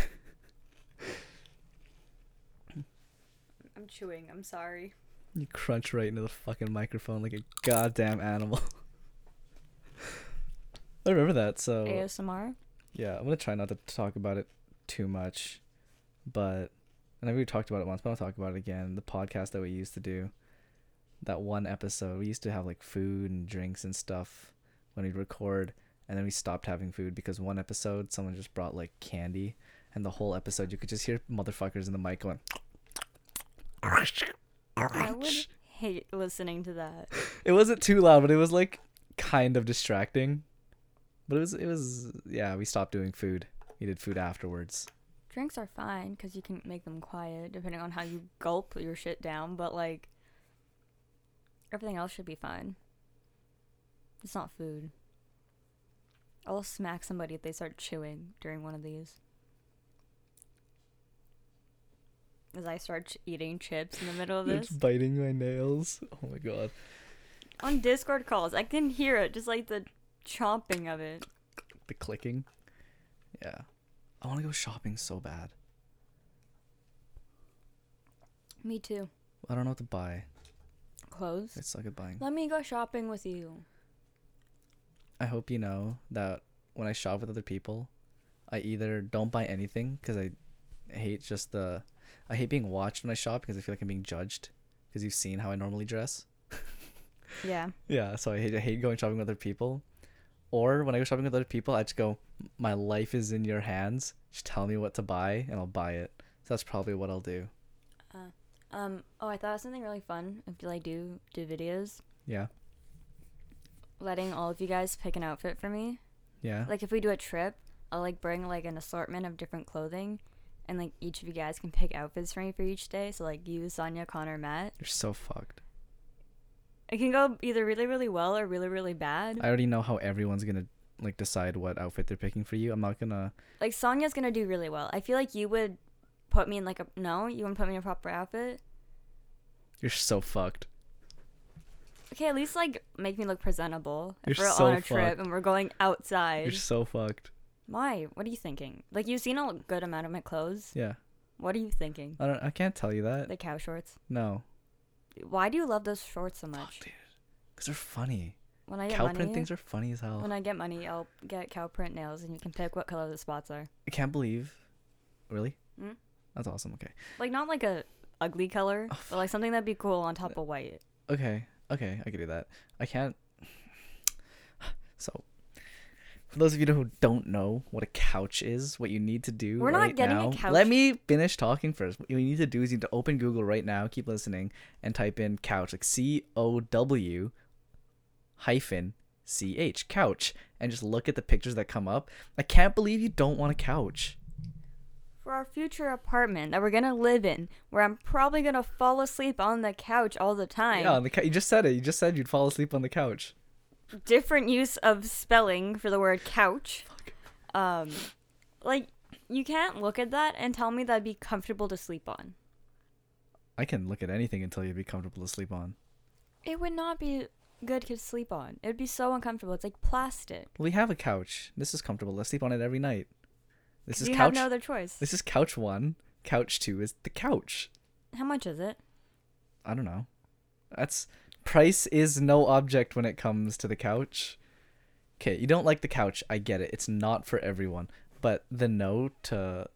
S2: I'm chewing. I'm sorry.
S1: You crunch right into the fucking microphone like a goddamn animal. (laughs) I remember that, so
S2: ASMR.
S1: yeah, I'm gonna try not to talk about it too much. But and I we talked about it once, but I'll talk about it again. The podcast that we used to do, that one episode, we used to have like food and drinks and stuff when we'd record, and then we stopped having food because one episode someone just brought like candy, and the whole episode you could just hear motherfuckers in the mic going.
S2: I would hate listening to that.
S1: It wasn't too loud, but it was like kind of distracting. But it was it was yeah. We stopped doing food. We did food afterwards.
S2: Drinks are fine because you can make them quiet depending on how you gulp your shit down, but like everything else should be fine. It's not food. I'll smack somebody if they start chewing during one of these. As I start ch- eating chips in the middle of (laughs)
S1: It's
S2: this.
S1: biting my nails. (laughs) Oh my god.
S2: on Discord calls, I can hear it, just like the chomping of it.
S1: The clicking. Yeah. I want to go shopping so bad.
S2: Me too.
S1: I don't know what to buy.
S2: Clothes?
S1: I suck at buying.
S2: Let me go shopping with you.
S1: I hope you know that when I shop with other people, I either don't buy anything because I hate just the. I hate being watched when I shop because I feel like I'm being judged because you've seen how I normally dress.
S2: Yeah.
S1: Yeah, so I hate, I hate going shopping with other people. Or when I go shopping with other people, I just go, my life is in your hands. Just tell me what to buy and I'll buy it. So that's probably what I'll do.
S2: Um, oh, I thought of something really fun until I do do videos,
S1: Yeah.
S2: letting all of you guys pick an outfit for me.
S1: Yeah.
S2: Like if we do a trip, I'll like bring like an assortment of different clothing, and like each of you guys can pick outfits for me for each day. So like you, Sonia, Connor, Matt,
S1: You're so fucked.
S2: it can go either really really well or really really bad.
S1: I already know how everyone's going to like decide what outfit they're picking for you. I'm not going to
S2: Like Sonia's gonna do really well. I feel like you would put me in like a no, you wouldn't put me in a proper outfit.
S1: You're so fucked.
S2: Okay, at least like make me look presentable. If
S1: You're
S2: we're
S1: so
S2: on a trip
S1: fucked.
S2: and we're going outside.
S1: You're so fucked.
S2: Why? What are you thinking? Like you've seen a good amount of my clothes.
S1: Yeah.
S2: What are you thinking?
S1: I don't I can't tell you that.
S2: The cow shorts.
S1: No.
S2: Why do you love those shorts so much?
S1: Fuck, dude. Cuz they're funny.
S2: When I get
S1: Cow
S2: money,
S1: print things are funny as hell.
S2: when I get money, I'll get cow print nails, and you can pick what color the spots are.
S1: I can't believe. Really?
S2: Mm.
S1: That's awesome. Okay.
S2: Like not like a ugly
S1: (laughs)
S2: color,
S1: Oh,
S2: but like something that'd be cool on top of white.
S1: Okay. Okay. I can do that. I can't. (sighs) So, for those of you who don't know what a couch is, what you need to do
S2: We're not
S1: right
S2: getting a
S1: now.
S2: couch.
S1: Let me finish talking first. What you need to do is you need to open Google right now, keep listening, and type in couch, like C O W hyphen C H, couch, and just look at the pictures that come up. I can't believe you don't want a couch.
S2: For our future apartment that we're gonna live in, where I'm probably gonna fall asleep on the couch all the time.
S1: Yeah, on the cou- you just said it. You just said you'd fall asleep on the couch.
S2: different use of spelling for the word couch. Um, like you can't look at that and tell me that'd be comfortable to sleep on.
S1: I can look at anything until you'd be comfortable to sleep on.
S2: It would not be good to sleep on. It'd be so uncomfortable. It's like plastic.
S1: We have a couch. This is comfortable. Let's sleep on it every night. This
S2: 'Cause
S1: is
S2: you
S1: couch.
S2: have no other choice.
S1: This is couch one. Couch two is the couch.
S2: How much is it?
S1: I don't know. That's price is no object when it comes to the couch. Okay, you don't like the couch. I get it. It's not for everyone. But the no to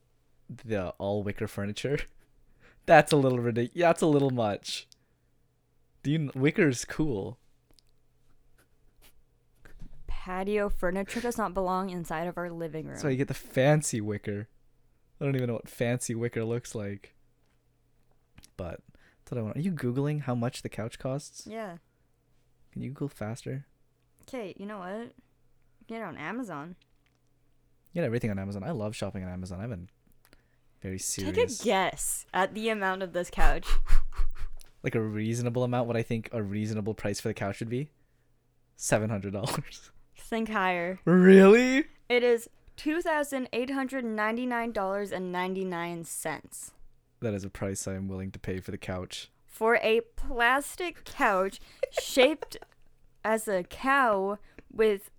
S1: the all wicker furniture, (laughs) that's a little ridiculous. Yeah, that's a little much. Do you kn- wicker's cool?
S2: Patio furniture does not belong inside of our living room.
S1: That's why you get the fancy wicker. I don't even know what fancy wicker looks like. But that's what I want. Are you googling how much the couch costs?
S2: yeah.
S1: Can you Google faster?
S2: Okay. You know what? Get it on Amazon.
S1: You get everything on Amazon. I love shopping on Amazon. I've been very serious.
S2: Take a guess at the amount of this couch.
S1: like a reasonable amount. What I think a reasonable price for the couch would be, seven hundred dollars. (laughs)
S2: Think higher.
S1: really?
S2: It is two thousand eight hundred ninety nine dollars and ninety nine cents
S1: That is a price I am willing to pay for the couch.
S2: for a plastic couch shaped as a cow with,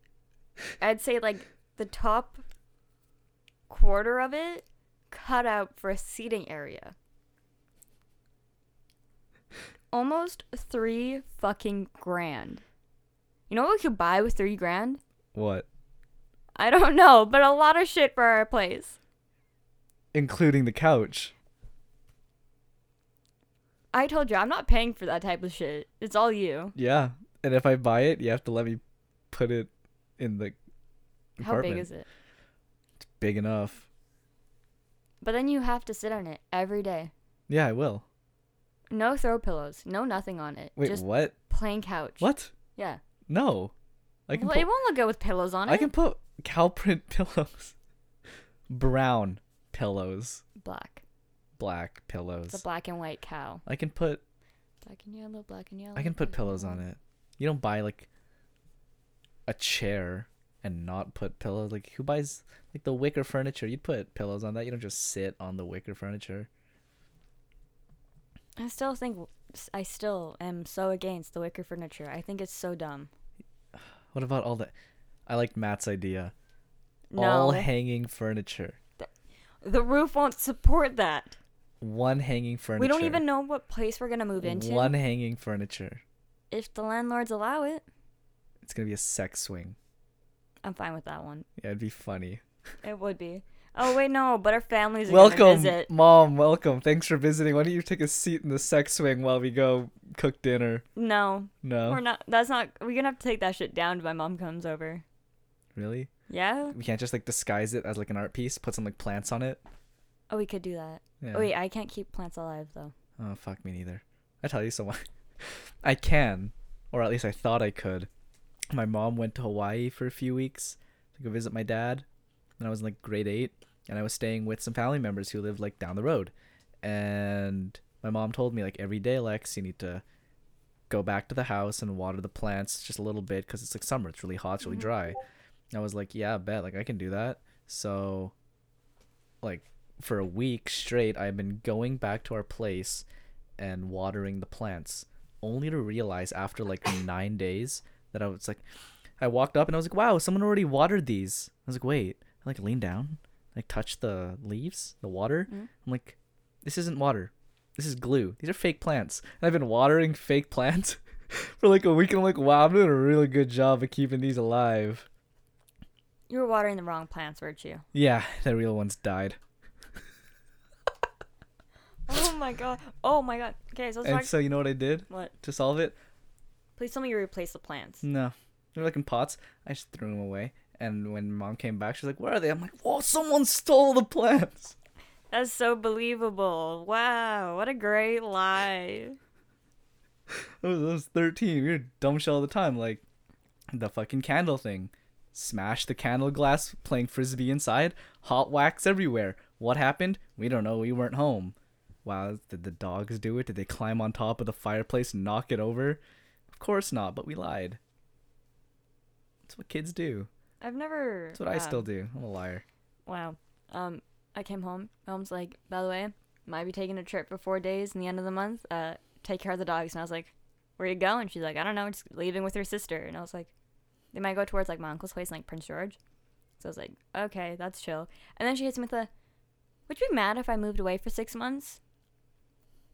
S2: I'd say like the top quarter of it cut out for a seating area. Almost three fucking grand. You know what we could buy with three grand?
S1: What?
S2: I don't know, but a lot of shit for our place.
S1: Including the couch.
S2: I told you, I'm not paying for that type of shit. It's all you.
S1: Yeah. And if I buy it, you have to let me put it in the
S2: How
S1: apartment.
S2: big is it?
S1: big enough.
S2: But then you have to sit on it every day.
S1: Yeah, I will.
S2: No throw pillows, no nothing on it.
S1: Wait,
S2: Just
S1: what?
S2: plain couch.
S1: What?
S2: Yeah.
S1: No. I can
S2: Well, it
S1: put,
S2: won't look good with pillows on
S1: I
S2: it.
S1: can put cow print (laughs) pillows. Brown pillows,
S2: Black.
S1: black pillows.
S2: It's a black and white cow.
S1: I can put
S2: Black and yellow, black and yellow.
S1: I can
S2: black
S1: put
S2: and
S1: pillows on
S2: yellow.
S1: it. You don't buy like a chair and not put pillows. Like who buys like the wicker furniture? You'd put pillows on that. You don't just sit on the wicker furniture.
S2: I still think, I still am so against the wicker furniture. I think it's so dumb.
S1: What about all the I like Matt's idea.
S2: No.
S1: All hanging furniture.
S2: the roof won't support that.
S1: One hanging furniture.
S2: We don't even know what place we're going to move into.
S1: One hanging furniture.
S2: If the landlords allow it,
S1: It's gonna be a sex swing.
S2: I'm fine with that one.
S1: Yeah, it'd be funny.
S2: It would be. Oh wait, no, but our families are gonna
S1: Welcome,
S2: visit.
S1: mom. Welcome. Thanks for visiting. Why don't you take a seat in the sex swing while we go cook dinner?
S2: No,
S1: No,
S2: we're not. That's not. We're gonna have to take that shit down. When my mom comes over.
S1: really.
S2: Yeah.
S1: We can't just like disguise it as like an art piece. Put some like plants on it.
S2: Oh, we could do that.
S1: Yeah.
S2: Oh, wait, I can't keep plants alive though.
S1: Oh fuck me neither. I tell you so much. (laughs) I can, or at least I thought I could. My mom went to Hawaii for a few weeks to go visit my dad. When I was in like grade eight, and I was staying with some family members who lived like down the road. And my mom told me like every day, Lex, you need to go back to the house and water the plants just a little bit because it's like summer. It's really hot. It's really dry. And I was like, yeah, I bet. Like I can do that. So, like for a week straight, I've been going back to our place and watering the plants, only to realize after like (coughs) nine days that I was like, I walked up and I was like, wow, someone already watered these. I was like, wait, I like leaned down, like touched the leaves, the water. I'm like, this isn't water. This is glue. These are fake plants. (laughs) And I've been watering fake plants for like a week, and I'm like, wow, I'm doing a really good job of keeping these alive.
S2: You were watering the wrong plants, weren't you?
S1: Yeah, the real ones died.
S2: Oh my god. Oh my god. Okay, so let's
S1: And
S2: talk.
S1: so you know what I did
S2: What?
S1: to solve it?
S2: Please tell me you replaced the plants.
S1: No, they were like in pots. I just threw them away. And when mom came back, she's like, "Where are they?" I'm like, "Whoa, someone stole the plants." (laughs)
S2: That's so believable. Wow, what a great lie.
S1: I was, I was 13. We were dumb shit all the time. Like the fucking candle thing. Smash the candle glass playing frisbee inside. Hot wax everywhere. What happened? We don't know. We weren't home. Wow, did the dogs do it? Did they climb on top of the fireplace and knock it over? Of course not, but we lied. That's what kids do.
S2: I've never.
S1: That's what I still do. I'm a liar.
S2: Wow. Um, I came home. My Mom's like, by the way, might be taking a trip for four days in the end of the month. Uh, take care of the dogs. And I was like, where you going? She's like, I don't know. Just leaving with her sister. And I was like, they might go towards like my uncle's place, in, like Prince George. So I was like, okay, that's chill. And then she hits me with a, would you be mad if I moved away for six months?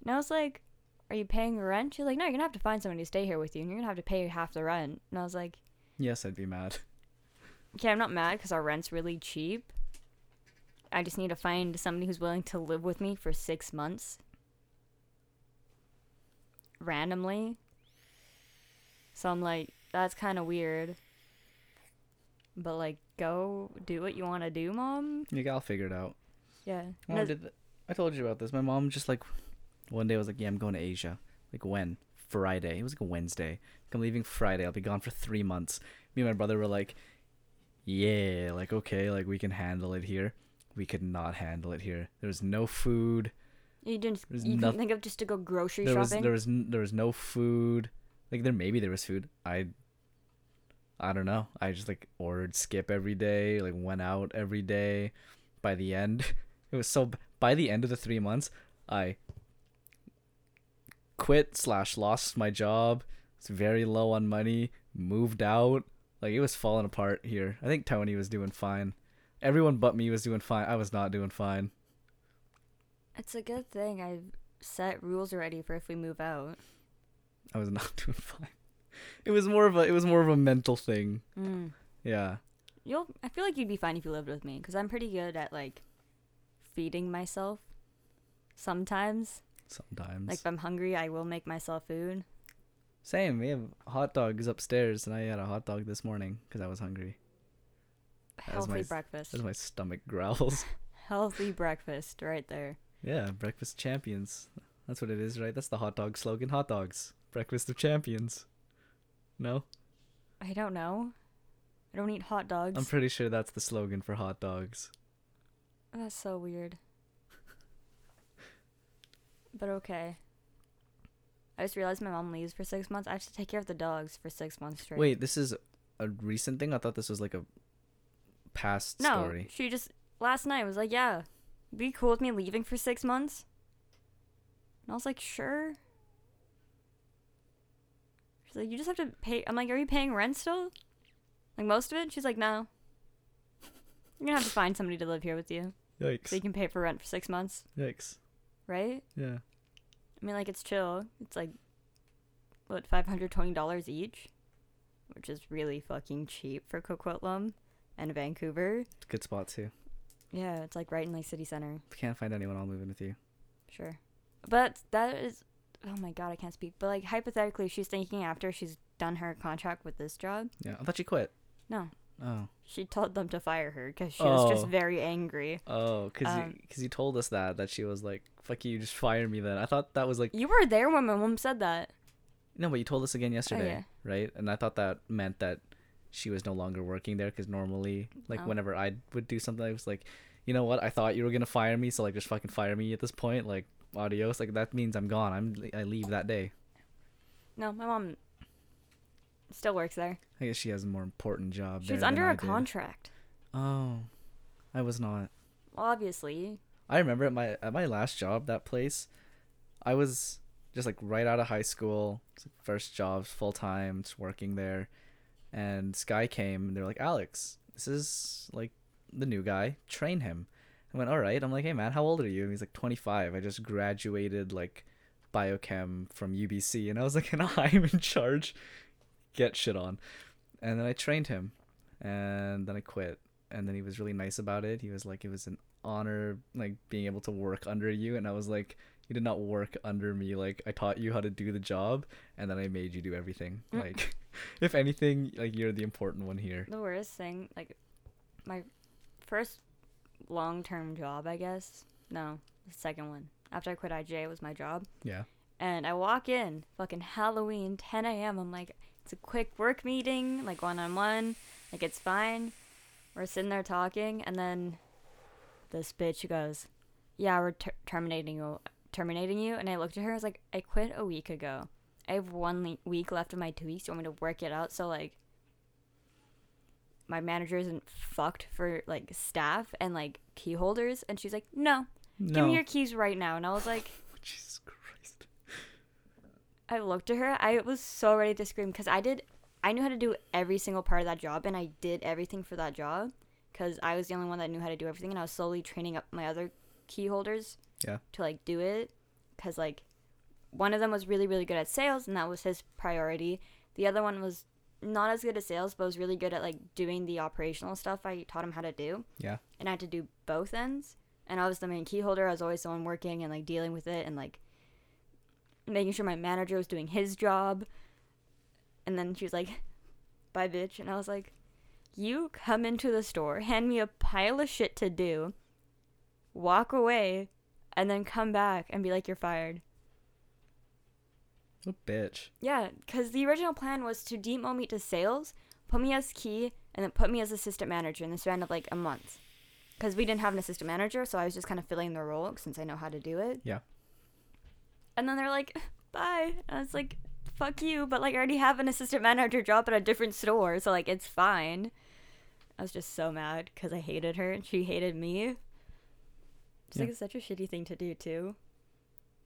S2: And I was like, are you paying rent? She's like, no, you're gonna have to find someone to stay here with you, and you're gonna have to pay half the rent. And I was like,
S1: Yes, I'd be mad. (laughs)
S2: Okay, I'm not mad because our rent's really cheap. I just need to find somebody who's willing to live with me for six months. Randomly. So I'm like, that's kind of weird. But like, go do what you want to do, mom.
S1: Like, I'll figure it out.
S2: Yeah.
S1: Mom did th- I told you about this. My mom just like one day was like, "Yeah, I'm going to Asia." Like when? Friday. It was like a Wednesday. Like, I'm leaving Friday. I'll be gone for three months. Me and my brother were like, "Yeah, like okay, like we can handle it here." We could not handle it here. There was no food.
S2: you didn't.
S1: There's
S2: you
S1: noth-
S2: couldn't think of just to go grocery
S1: There was
S2: shopping.
S1: there was n- there was no food. Like there maybe there was food. I I don't know. I just like ordered skip every day, like went out every day. By the end, (laughs) it was so b- by the end of the 3 months, I quit slash lost my job. It's very low on money, moved out. Like it was falling apart here. I think Tony was doing fine. Everyone but me was doing fine. I was not doing fine.
S2: it's a good thing I've set rules already for if we move out.
S1: I was (laughs) not doing fine. It was more of a it was more of a mental thing.
S2: Mm.
S1: Yeah.
S2: You'll. I feel like you'd be fine if you lived with me, because I'm pretty good at like feeding myself. Sometimes,
S1: Sometimes.
S2: like if I'm hungry, I will make myself food.
S1: Same. We have hot dogs upstairs, and I had a hot dog this morning because I was hungry. was
S2: Healthy
S1: my s-
S2: breakfast.
S1: As my stomach (laughs) growls.
S2: Healthy breakfast, right there.
S1: yeah, breakfast champions. That's what it is, right? That's the hot dog slogan. Hot dogs, breakfast of champions. No,
S2: I don't know. I don't eat hot dogs.
S1: I'm pretty sure that's the slogan for hot dogs.
S2: That's so weird. but okay. I just realized my mom leaves for six months. I have to take care of the dogs for six months straight.
S1: Wait, this is a recent thing. I thought this was like a past
S2: no,
S1: story.
S2: she just last night was like, "Yeah, be cool with me leaving for six months." And I was like, "Sure." She's like, "You just have to pay." I'm like, "Are you paying rent still?" Like most of it. She's like, "No." (laughs) You're gonna have to find somebody to live here with you, so you
S1: Yikes!
S2: can pay for rent for six months,
S1: Yikes!
S2: right?
S1: Yeah.
S2: I mean, like it's chill. It's like what five hundred twenty dollars each, which is really fucking cheap for Coquitlam and Vancouver.
S1: It's a good spot too.
S2: Yeah, it's like right in like city center.
S1: If you can't find anyone, I'll move in with you.
S2: Sure. But that is oh my god, I can't speak. But like hypothetically she's thinking after she's done her contract with this job.
S1: Yeah. I thought you quit.
S2: No.
S1: Oh.
S2: She told them to fire her cuz she was
S1: Oh.
S2: just very angry.
S1: Oh, cause you,
S2: Um,
S1: cause you told us that that she was like, "Fuck you, just fire me." Then I thought that was like,
S2: You were there when my mom said that.
S1: no, but you told us again yesterday,
S2: Oh, yeah.
S1: right? And I thought that meant that she was no longer working there, cause normally, like,
S2: Oh.
S1: whenever I would do something, I was like, you know what? I thought you were gonna fire me, so like, just fucking fire me at this point, like, adios. Like that means I'm gone. I'm I leave that day.
S2: No, my mom still works there.
S1: I guess she has a more important job.
S2: She's
S1: there than
S2: under
S1: I
S2: a
S1: did.
S2: contract.
S1: Oh, I was not.
S2: Obviously.
S1: I remember at my at my last job, that place, I was just like right out of high school, it's like first jobs, full time, just working there, and this guy came and they're like, Alex, this is like the new guy, train him. I went, all right. I'm like, hey man, how old are you? And he's like, 25. I just graduated like biochem from UBC, and I was like, (laughs) and I'm in charge. Get shit on. And then I trained him, and then I quit. And then he was really nice about it. He was like, it was an honor, like being able to work under you. And I was like, you did not work under me. Like I taught you how to do the job, and then I made you do everything.
S2: Mm.
S1: Like, (laughs) if anything, like you're the important one here.
S2: The worst thing, like my first long term job, I guess. No, the second one. After I quit IJ was my job.
S1: Yeah.
S2: And I walk in, fucking Halloween, 10 a.m. I'm like, it's a quick work meeting, like one on one. Like, it's fine. We're sitting there talking, and then this bitch goes, Yeah, we're ter- terminating you. Terminating you. And I looked at her, I was like, I quit a week ago. I have one le- week left of my two weeks. You want me to work it out? So, like, my manager isn't fucked for, like, staff and, like, key holders. And she's like, No, give
S1: No.
S2: me your keys right now. And I was like,
S1: Jesus Christ.
S2: I looked at her. I was so ready to scream because I did. I knew how to do every single part of that job, and I did everything for that job because I was the only one that knew how to do everything, and I was slowly training up my other key holders
S1: Yeah.
S2: to like do it because like one of them was really really good at sales, and that was his priority. The other one was not as good at sales, but was really good at like doing the operational stuff I taught him how to do
S1: Yeah.
S2: and I had to do both ends. And I was the main key holder. I was always the one working and like dealing with it and like making sure my manager was doing his job. And then she was like, "Bye, bitch," and I was like, "You come into the store, hand me a pile of shit to do, walk away, and then come back and be like you're fired."
S1: What a bitch.
S2: Yeah, because the original plan was to demote me to sales, put me as key, and then put me as assistant manager in the span of like a month. Because we didn't have an assistant manager, so I was just kind of filling the role since I know how to do it.
S1: Yeah.
S2: And then they're like, (laughs) bye. And I was like, fuck you, but like I already have an assistant manager job at a different store, so like it's fine. I was just so mad because I hated her and she hated me. It's
S1: Yeah.
S2: like such a shitty thing to do, too.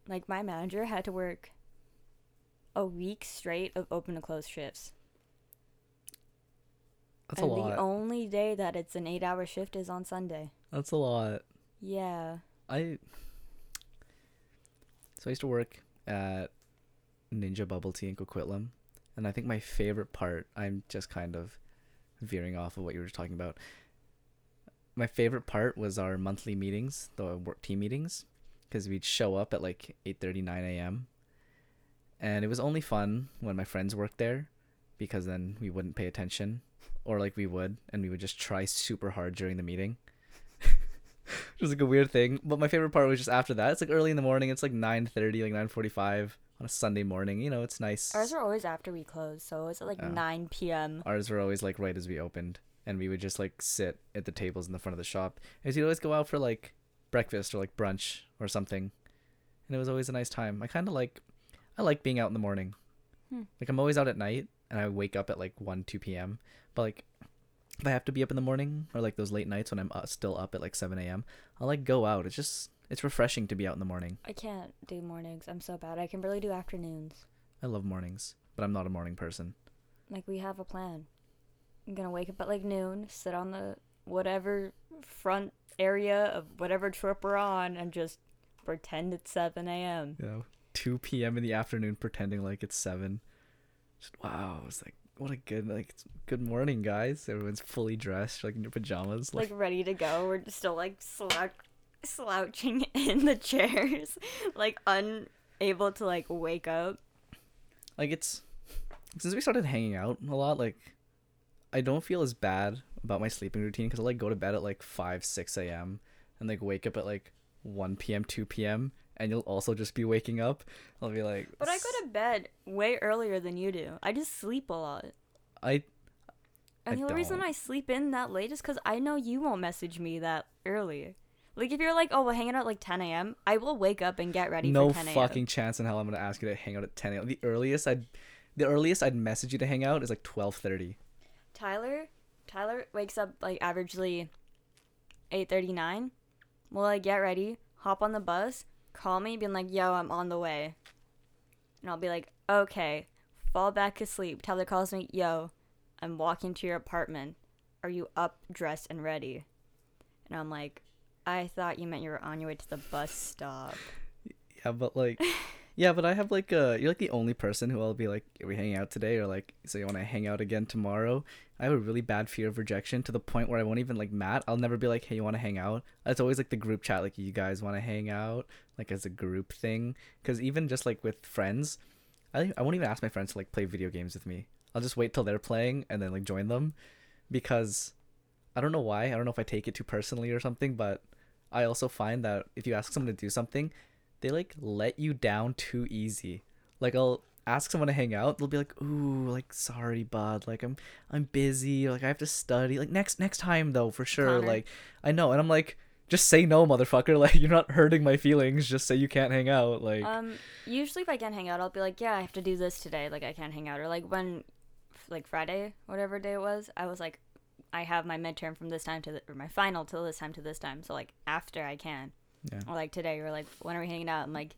S2: Like my manager had to work a week straight of open to close shifts.
S1: That's
S2: and
S1: a lot.
S2: the only day that it's an eight hour shift is on Sunday.
S1: That's a lot.
S2: Yeah.
S1: I so I used to work at Ninja Bubble Tea in Coquitlam, and I think my favorite part. I'm just kind of veering off of what you were just talking about. My favorite part was our monthly meetings, the work team meetings, because we'd show up at like 8:30, 9 a.m. And it was only fun when my friends worked there, because then we wouldn't pay attention, or like we would, and we would just try super hard during the meeting (laughs) which was like a weird thing. But my favorite part was just after that. It's like early in the morning. It's like nine thirty, like nine forty-five on a Sunday morning. You know, it's nice.
S2: Ours were always after we close, so it's at like
S1: Oh.
S2: 9 p.m.
S1: Ours were always like right as we opened, and we would just like sit at the tables in the front of the shop. And we'd always go out for like breakfast or like brunch or something, and it was always a nice time. I kind of like, I like being out in the morning.
S2: Hmm.
S1: Like I'm always out at night, and I wake up at like one, two p.m. But like. If I have to be up in the morning or like those late nights when I'm uh, still up at like 7 a.m., I'll like go out. It's just, it's refreshing to be out in the morning.
S2: I can't do mornings. I'm so bad. I can barely do afternoons.
S1: I love mornings, but I'm not a morning person.
S2: Like, we have a plan. I'm gonna wake up at like noon, sit on the whatever front area of whatever trip we're on, and just pretend it's 7 a.m.
S1: You know, 2 p.m. in the afternoon, pretending like it's seven. Just, wow, it's like what a good like it's- good morning, guys. Everyone's fully dressed, like in your pajamas.
S2: like
S1: Like,
S2: ready to go. We're just still like slouch- slouching (laughs) in the chairs, (laughs) like unable to like wake up.
S1: like it's since we started hanging out a lot. Like, I don't feel as bad about my sleeping routine because I like go to bed at like five, six a.m. and like wake up at like one p.m., two p.m. and you'll also just be waking up. I'll be like,
S2: But I go to bed way earlier than you do. I just sleep a lot.
S1: I
S2: And
S1: I
S2: the only reason
S1: don't.
S2: I sleep in that late is because I know you won't message me that early. Like if you're like, oh, we're hanging out at, like 10 a.m., I will wake up and get ready
S1: no
S2: for 10 a.m.
S1: fucking chance in hell I'm gonna ask you to hang out at 10 a.m. The earliest I'd, the earliest I'd message you to hang out is like 12:30.
S2: Tyler, Tyler wakes up like averagely 8:39. Well, I get ready, hop on the bus, call me, being like, "Yo, I'm on the way," and I'll be like, "Okay." Fall back asleep. Tyler calls me, "Yo, I'm walking to your apartment. Are you up, dressed, and ready?" And I'm like, "I thought you meant you were on your way to the bus stop." (laughs)
S1: Yeah, but like, Yeah, but I have like uh you're like the only person who I'll be like, are we hanging out today or like so you wanna hang out again tomorrow? I have a really bad fear of rejection to the point where I won't even like Matt, I'll never be like, Hey, you wanna hang out? It's always like the group chat, like you guys wanna hang out, like as a group thing. Cause even just like with friends, I I won't even ask my friends to like play video games with me. I'll just wait till they're playing and then like join them because I don't know why. I don't know if I take it too personally or something, but I also find that if you ask someone to do something, they like let you down too easy. Like I'll ask someone to hang out, they'll be like, "Ooh, like sorry, bud. Like I'm I'm busy. Like I have to study. Like next next time though, for sure.
S2: Connor.
S1: Like I know." And I'm like, "Just say no, motherfucker. (laughs) Like you're not hurting my feelings. Just say you can't hang out." Like
S2: Um, usually if I can't hang out, I'll be like, yeah, I have to do this today. Like I can't hang out. Or like when, f- like Friday, whatever day it was, I was like, I have my midterm from this time to the, or my final till this time to this time. So like after I can.
S1: Yeah.
S2: Or like today, or like when are we hanging out? I'm like,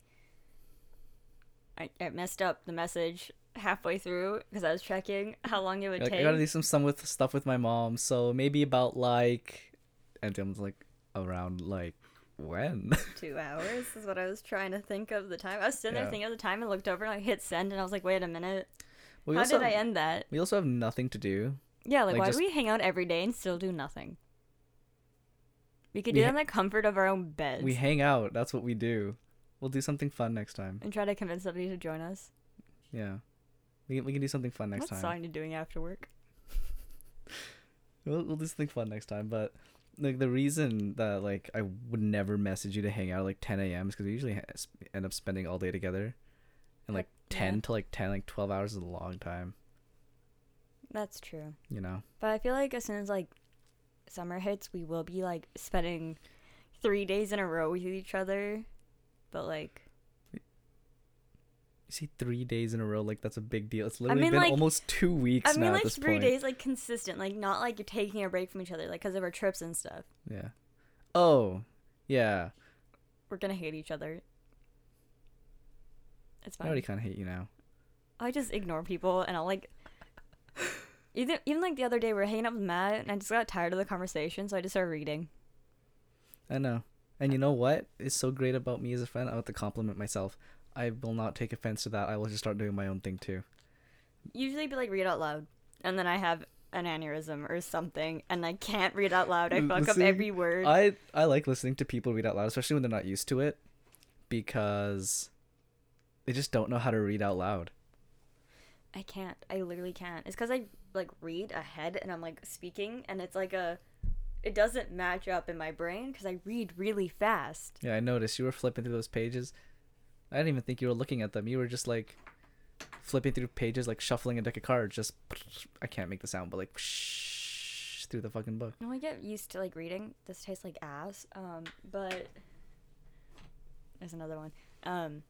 S2: I, I messed up the message halfway through because I was checking how long it would
S1: Like,
S2: take.
S1: I gotta do some some with stuff with my mom, so maybe about like, and I'm like around like when? (laughs)
S2: two hours is what I was trying to think of the time. I was sitting
S1: Yeah.
S2: there thinking of the time and looked over and I hit send and I was like, wait a minute,
S1: we
S2: how
S1: also
S2: did I end that?
S1: we also have nothing to do.
S2: Yeah, like,
S1: Like,
S2: why
S1: just-
S2: do we hang out every day and still do nothing? We could
S1: We
S2: do
S1: ha-
S2: it in the comfort of our own beds
S1: We hang out. That's what we do. We'll do something fun next time.
S2: and try to convince somebody to join us.
S1: Yeah, we can, we can do something fun next
S2: what
S1: time.
S2: song you doing after work?
S1: We'll we'll do something fun next time. But like the reason that like I would never message you to hang out at like 10 a.m. is because we usually ha- sp- end up spending all day together, and like
S2: Yeah.
S1: 10 to like 10 like 12 hours is a long time.
S2: That's true.
S1: You know.
S2: But I feel like as soon as like summer hits, we will be like spending three days in a row with each other. But like
S1: You see three days in a row, like that's a big deal. It's literally
S2: mean,
S1: been
S2: like-
S1: almost two weeks
S2: I mean,
S1: now at
S2: like
S1: this
S2: three
S1: point.
S2: days, like consistent, like not like you're taking a break from each other, like because of our trips and stuff.
S1: Yeah. Oh, yeah.
S2: We're gonna hate each other. It's
S1: I
S2: fine.
S1: already kind of hate you now.
S2: I just ignore people and I'll like. Even, even like the other day, we were hanging out with Matt, and I just got tired of the conversation, so I just started reading.
S1: I know. And you know what is so great about me as a friend? I have to compliment myself. I will not take offense to that. I will just start doing my own thing too.
S2: Usually, be like read out loud, and then I have an aneurysm or something, and I can't read out loud. I
S1: Mm,
S2: fuck up
S1: see,
S2: every word.
S1: I I like listening to people read out loud, especially when they're not used to it, because they just don't know how to read out loud.
S2: I can't. I literally can't. It's because I like read ahead and I'm like speaking, and it's like a, it doesn't match up in my brain because I read really fast.
S1: Yeah, I noticed you were flipping through those pages. I didn't even think you were looking at them. You were just like flipping through pages, like shuffling a deck of cards. Just I can't make the sound, but like through the fucking book.
S2: No, I get used to like reading. This tastes like ass. Um, but there's another one. Um,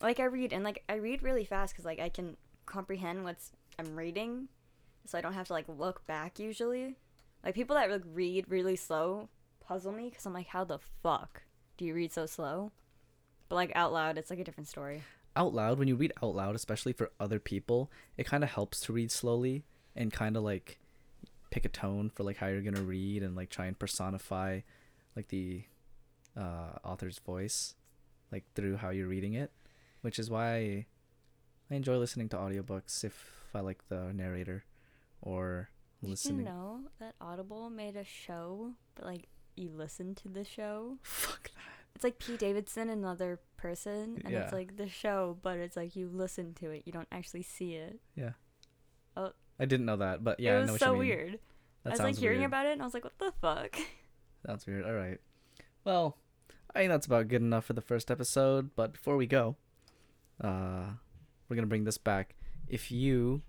S2: like I read and like I read really fast because like I can comprehend what's I'm reading, so I don't have to like look back usually. Like people that like read really slow puzzle me because I'm like, how the fuck do you read so slow? But like out loud, it's like a different story.
S1: Out loud, when you read out loud, especially for other people, it kind of helps to read slowly and kind of like pick a tone for like how you're gonna read and like try and personify like the uh, author's voice like through how you're reading it, which is why I enjoy listening to audiobooks if I like the narrator or
S2: Did
S1: listening.
S2: you know that Audible made a show, but like you listen to the show?
S1: (laughs) Fuck that.
S2: it's like Pete Davidson, another person, and it's
S1: Yeah.
S2: like the show, but it's like you listen to it, you don't actually see it.
S1: I didn't know that, but
S2: it
S1: yeah, I
S2: was
S1: know what
S2: so
S1: you mean.
S2: weird.
S1: That
S2: I was
S1: sounds
S2: like hearing
S1: weird.
S2: about it, and I was like, what the fuck?
S1: That's weird. All right. Well, I think that's about good enough for the first episode. But before we go, uh, we're gonna bring this back. If you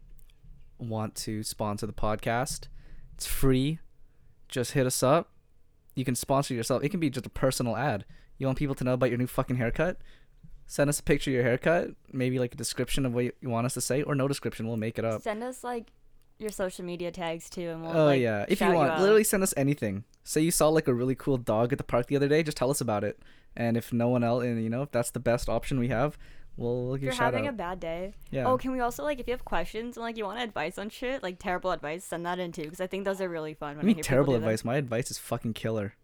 S1: want to sponsor the podcast, it's free. Just hit us up. You can sponsor yourself. It can be just a personal ad. You want people to know about your new fucking haircut? Send us a picture of your haircut, maybe like a description of what you you want us to say, or no description. We'll make it up.
S2: Send us like your social media tags too, and we'll.
S1: Uh, Oh
S2: like,
S1: yeah, if
S2: shout
S1: you want,
S2: out.
S1: literally send us anything. Say you saw like a really cool dog at the park the other day, just tell us about it. And if no one else, and you know, if that's the best option we have, we'll
S2: If
S1: give you
S2: you're
S1: a shout
S2: having
S1: out.
S2: a bad day.
S1: yeah.
S2: Oh, can we also like if you have questions and like you want advice on shit, like terrible advice, send that in too, because I think those are really fun.
S1: I
S2: When I,
S1: mean,
S2: hear people
S1: terrible
S2: do them.
S1: advice. My advice is fucking killer.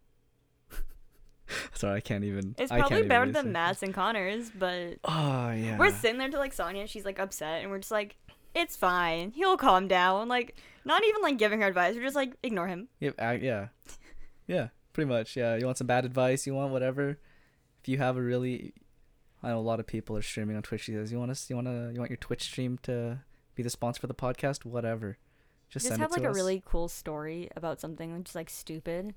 S1: (laughs) Sorry, I can't even.
S2: It's
S1: I can't
S2: probably
S1: even
S2: better
S1: research
S2: than
S1: it.
S2: Matt's and Connor's, but
S1: Oh yeah.
S2: we're sitting there to like Sonia, and she's like upset, and we're just like, it's fine. He'll calm down. Like, not even like giving her advice. We're just like, ignore him.
S1: Yep, I- yeah. Yeah, pretty much. Yeah, you want some bad advice, you want whatever. If you have a really I know a lot of people are streaming on Twitch these days. You want us you want to you want your Twitch stream to be the sponsor for the podcast, whatever. Just,
S2: Just,
S1: send
S2: have
S1: it to
S2: like a
S1: us.
S2: really cool story about something just like stupid.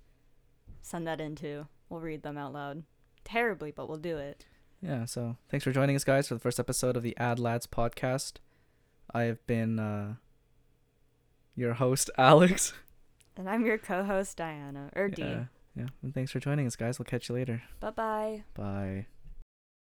S2: Send that in too. We'll read them out loud. Terribly, but we'll do it.
S1: Yeah, so thanks for joining us guys for the first episode of the Ad Lads podcast. I have been uh your host (laughs) Alex. Uh,
S2: And I'm your co host, Diana. Or Dean.
S1: Yeah. Yeah, and thanks for joining us guys. We'll catch you later.
S2: Bye bye.
S1: Bye.